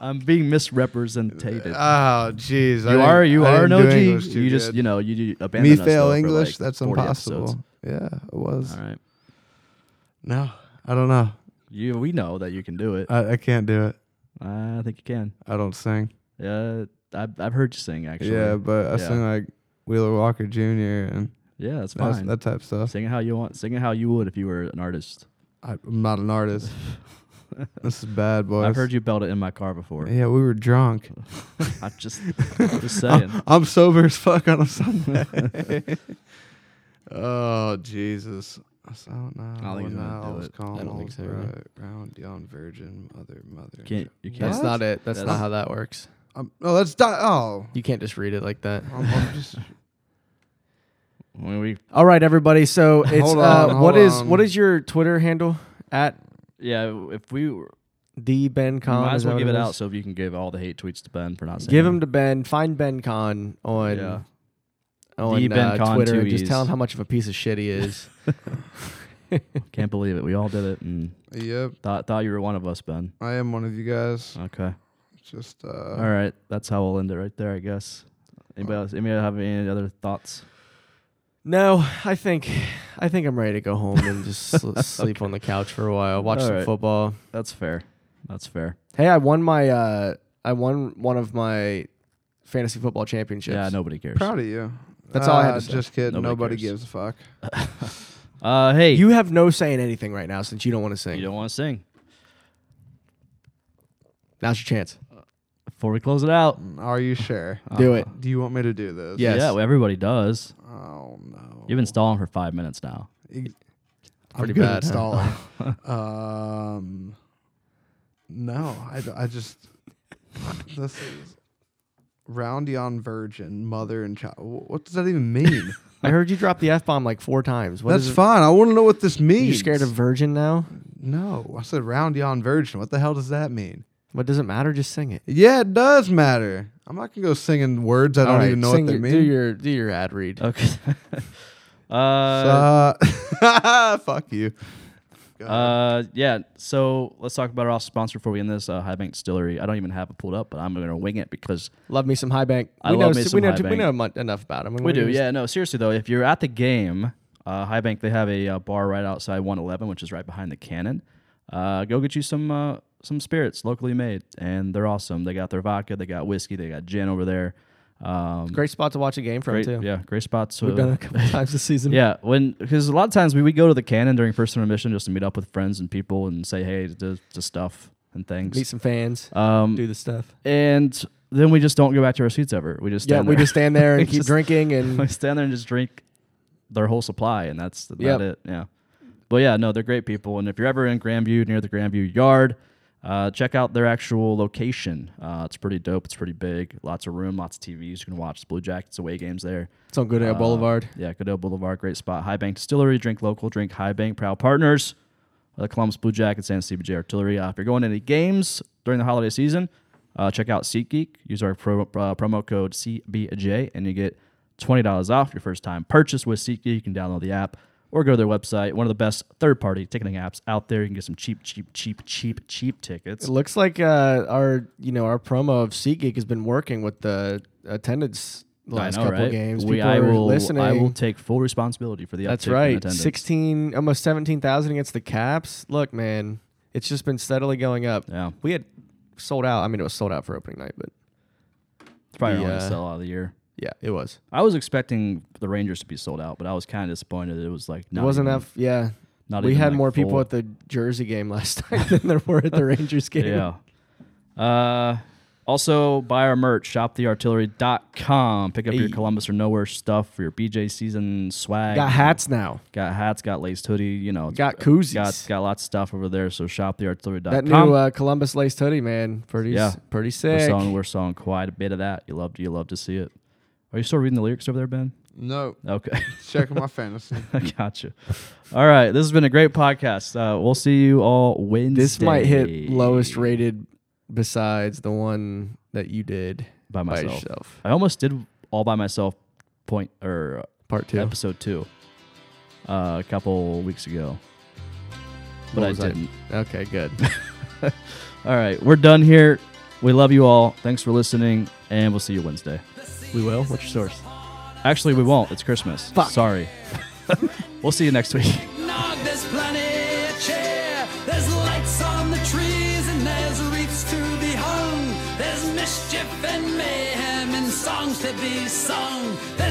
Speaker 2: I'm being misrepresented.
Speaker 3: oh, jeez.
Speaker 2: you are, you are an OG. You just, you know, you, you abandoned
Speaker 3: me
Speaker 2: us, though,
Speaker 3: fail
Speaker 2: for,
Speaker 3: English.
Speaker 2: like,
Speaker 3: that's
Speaker 2: 40
Speaker 3: impossible.
Speaker 2: episodes.
Speaker 3: Yeah, it was.
Speaker 2: All right,
Speaker 3: No, I don't know.
Speaker 2: you. We know that you can do it.
Speaker 3: I, I can't do it.
Speaker 2: I think you can.
Speaker 3: I don't sing.
Speaker 2: Yeah, I've, I've heard you sing actually.
Speaker 3: yeah, but I
Speaker 2: yeah.
Speaker 3: sing like Wheeler Walker Jr. and
Speaker 2: yeah, that's
Speaker 3: that's-
Speaker 2: fine.
Speaker 3: that type of stuff.
Speaker 2: sing it how you want. Sing it how you would if you were an artist.
Speaker 3: I, I'm not an artist. this is bad, boys.
Speaker 2: I've heard you belt it in my car before.
Speaker 3: Yeah, we were drunk.
Speaker 2: I'm just, just saying.
Speaker 3: I'm sober as fuck on a Sunday. oh Jesus! I don't know.
Speaker 2: I don't think he's gonna do it.
Speaker 3: calm,
Speaker 1: I don't
Speaker 3: all
Speaker 1: think so,
Speaker 3: bright,
Speaker 1: either.
Speaker 3: round, young, virgin, mother, mother.
Speaker 2: Can't- you can't-
Speaker 1: That's
Speaker 3: What?
Speaker 1: not it. That's, not
Speaker 2: That's-
Speaker 1: how that works.
Speaker 3: Um, no, that's not. Oh,
Speaker 1: You can't just read it like that.
Speaker 3: I'm, I'm just.
Speaker 2: When we,
Speaker 1: All right, everybody. So it's
Speaker 3: Hold
Speaker 1: uh,
Speaker 3: on,
Speaker 1: what
Speaker 3: hold
Speaker 1: is
Speaker 3: on.
Speaker 1: what is your Twitter handle at
Speaker 2: yeah, if we, were-
Speaker 1: the Ben
Speaker 2: we
Speaker 1: Con?
Speaker 2: might
Speaker 1: is
Speaker 2: as
Speaker 1: that
Speaker 2: well
Speaker 1: what
Speaker 2: give it
Speaker 1: is?
Speaker 2: out so if you can give all the hate tweets to Ben for not saying.
Speaker 1: Give them to Ben. Find Ben Con on
Speaker 2: Yeah.
Speaker 1: on
Speaker 2: The Ben
Speaker 1: uh,
Speaker 2: Con,
Speaker 1: Twitter.
Speaker 2: two
Speaker 1: and Just
Speaker 2: E's.
Speaker 1: tell him how much of a piece of shit he is.
Speaker 2: Can't believe it. We all did it and
Speaker 3: Yep,
Speaker 2: thought thought you were one of us, Ben.
Speaker 3: I am one of you guys.
Speaker 2: Okay.
Speaker 3: Just. Uh,
Speaker 2: All right. That's how we'll end it right there, I guess. Anybody else? Anybody have any other thoughts?
Speaker 1: no, I think I think I'm ready to go home and just sl- sleep on the couch for a while, watch
Speaker 2: All
Speaker 1: some
Speaker 2: right.
Speaker 1: football.
Speaker 2: That's fair. That's fair.
Speaker 1: Hey, I won my uh, I won one of my fantasy football championships.
Speaker 2: Yeah, nobody cares.
Speaker 3: Proud of you. Uh,
Speaker 1: That's all I had to say.
Speaker 3: Just kidding.
Speaker 2: Nobody
Speaker 3: Nobody,
Speaker 2: cares.
Speaker 3: gives a fuck.
Speaker 2: Uh, hey, you,
Speaker 1: You have no say in anything right now since you don't want to sing.
Speaker 2: don't want to sing
Speaker 1: Now's your chance.
Speaker 2: before we close it out.
Speaker 3: Are you sure?
Speaker 1: Do it.
Speaker 3: Do you want me to do this?
Speaker 1: Yes.
Speaker 2: Uh, Yeah, well, everybody does.
Speaker 3: Oh no.
Speaker 2: You've been stalling for five minutes now.
Speaker 3: Ex-
Speaker 1: pretty
Speaker 3: I'm good
Speaker 1: bad,
Speaker 3: at stalling. um, no, I, d- I just this is round yon virgin mother and child. Wh- What does that even mean?
Speaker 1: I heard you drop the f bomb like four times. What
Speaker 3: That's
Speaker 1: is it?
Speaker 3: fine. I want to know what this means.
Speaker 1: You scared of virgin now?
Speaker 3: No, I said round yon virgin. What the hell does that mean?
Speaker 1: What does it matter? Just sing it.
Speaker 3: Yeah, it does matter. I'm not gonna go singing words I don't even know what they mean.
Speaker 1: Do your do your ad read.
Speaker 2: Okay. uh,
Speaker 3: Uh, fuck you. Go ahead.
Speaker 2: uh, yeah. So let's talk about our sponsor before we end this. Uh, High Bank Distillery. I don't even have it pulled up, but I'm gonna wing it because
Speaker 1: Love me some high bank.
Speaker 2: I
Speaker 1: we
Speaker 2: love
Speaker 1: know,
Speaker 2: me some
Speaker 1: we know,
Speaker 2: High
Speaker 1: we
Speaker 2: Bank.
Speaker 1: know mu- enough about them.
Speaker 2: We do, yeah. No, seriously though, if you're at the game, uh, High Bank, they have a uh, bar right outside 111, which is right behind the cannon. Uh, go get you some uh, some spirits locally made, and they're awesome. They got their vodka, they got whiskey, they got gin over there. Um,
Speaker 1: Great spot to watch a game from
Speaker 2: great,
Speaker 1: too.
Speaker 2: yeah, great spots.
Speaker 1: We've done it a couple times this season.
Speaker 2: yeah, when because a lot of times we, we go to the cannon during first intermission just to meet up with friends and people and say hey to, to stuff and things.
Speaker 1: Meet some fans.
Speaker 2: um,
Speaker 1: do the stuff.
Speaker 2: and then we just don't go back to our seats ever. We just
Speaker 1: Yeah,
Speaker 2: stand
Speaker 1: we
Speaker 2: there.
Speaker 1: just stand there and keep
Speaker 2: Just-
Speaker 1: drinking
Speaker 2: I
Speaker 1: and
Speaker 2: stand there and just drink their whole supply, and that's about
Speaker 1: Yep.
Speaker 2: it. Yeah. But yeah, no, they're great people. And if you're ever in Grandview near the Grandview Yard, Uh, check out their actual location. Uh, it's pretty dope. It's pretty big. Lots of room, lots of TVs. You can watch the Blue Jackets away games there.
Speaker 1: It's on Goodale
Speaker 2: Uh,
Speaker 1: Boulevard.
Speaker 2: Yeah, Goodell Boulevard, great spot. High Bank Distillery, drink local, drink High Bank, proud partners. of The Columbus Blue Jackets and CBJ Artillery. Uh, if you're going to any games during the holiday season, uh, check out SeatGeek. Use our pro, uh, promo code CBJ and you get $20 off your first time purchase with SeatGeek. You can download the app or go to their website. One of the best third party ticketing apps out there. You can get some cheap, cheap, cheap, cheap, cheap tickets.
Speaker 1: It looks like uh, our you know our promo of SeatGeek has been working with the attendance the last
Speaker 2: I know,
Speaker 1: couple
Speaker 2: right?
Speaker 1: games.
Speaker 2: We,
Speaker 1: People
Speaker 2: I
Speaker 1: are
Speaker 2: will,
Speaker 1: listening.
Speaker 2: I will take full responsibility for the
Speaker 1: That's
Speaker 2: uptick in
Speaker 1: right.
Speaker 2: attendance.
Speaker 1: Sixteen, almost seventeen thousand against the Caps. Look, man, it's just been steadily going up.
Speaker 2: Yeah.
Speaker 1: We had sold out. I mean, it was sold out for opening night, but
Speaker 2: It's probably our
Speaker 1: the,
Speaker 2: only
Speaker 1: uh,
Speaker 2: sellout of the year.
Speaker 1: yeah, it was.
Speaker 2: I was expecting the Rangers to be sold out, but I was kind of disappointed that it was like not
Speaker 1: it wasn't
Speaker 2: even,
Speaker 1: enough. Yeah,
Speaker 2: Not
Speaker 1: we
Speaker 2: even,
Speaker 1: had
Speaker 2: like,
Speaker 1: more people
Speaker 2: full.
Speaker 1: at the Jersey game last night than there were at the Rangers game.
Speaker 2: Yeah. Uh, also, buy our merch, shoptheartillery.com. Pick up your
Speaker 1: Hey.
Speaker 2: Columbus or Nowhere stuff for your BJ season swag.
Speaker 1: Got hats now.
Speaker 2: Got hats, got laced hoodie, you know. it's-
Speaker 1: Got koozies.
Speaker 2: Got, got lots of stuff over there, so shoptheartillery.com.
Speaker 1: that new uh, Columbus laced hoodie, man, pretty
Speaker 2: Yeah.
Speaker 1: pretty
Speaker 2: we're,
Speaker 1: sick.
Speaker 2: selling, we're selling quite a bit of that. You love, you love to see it. Are you still reading the lyrics over there, Ben?
Speaker 3: No,
Speaker 2: Okay.
Speaker 3: checking my fantasy.
Speaker 2: gotcha. All right. This has been a great podcast. Uh, we'll see you all Wednesday.
Speaker 1: This might hit lowest rated besides the one that you did
Speaker 2: by
Speaker 1: by
Speaker 2: myself.
Speaker 1: yourself.
Speaker 2: I almost did all by myself. Point or uh,
Speaker 1: Part two.
Speaker 2: episode two, uh, a couple weeks ago, but
Speaker 1: What
Speaker 2: I
Speaker 1: was I-
Speaker 2: didn't.
Speaker 1: Okay, good.
Speaker 2: All right, we're done here. We love you all. Thanks for listening, and we'll see you Wednesday.
Speaker 1: we will. What's your source?
Speaker 2: Actually, we won't. It's Christmas.
Speaker 1: Fuck.
Speaker 2: Sorry. we'll see you next week.
Speaker 5: Nog, there's plenty of cheer. There's lights on the trees and there's wreaths to be hung. There's mischief and mayhem and songs to be sung.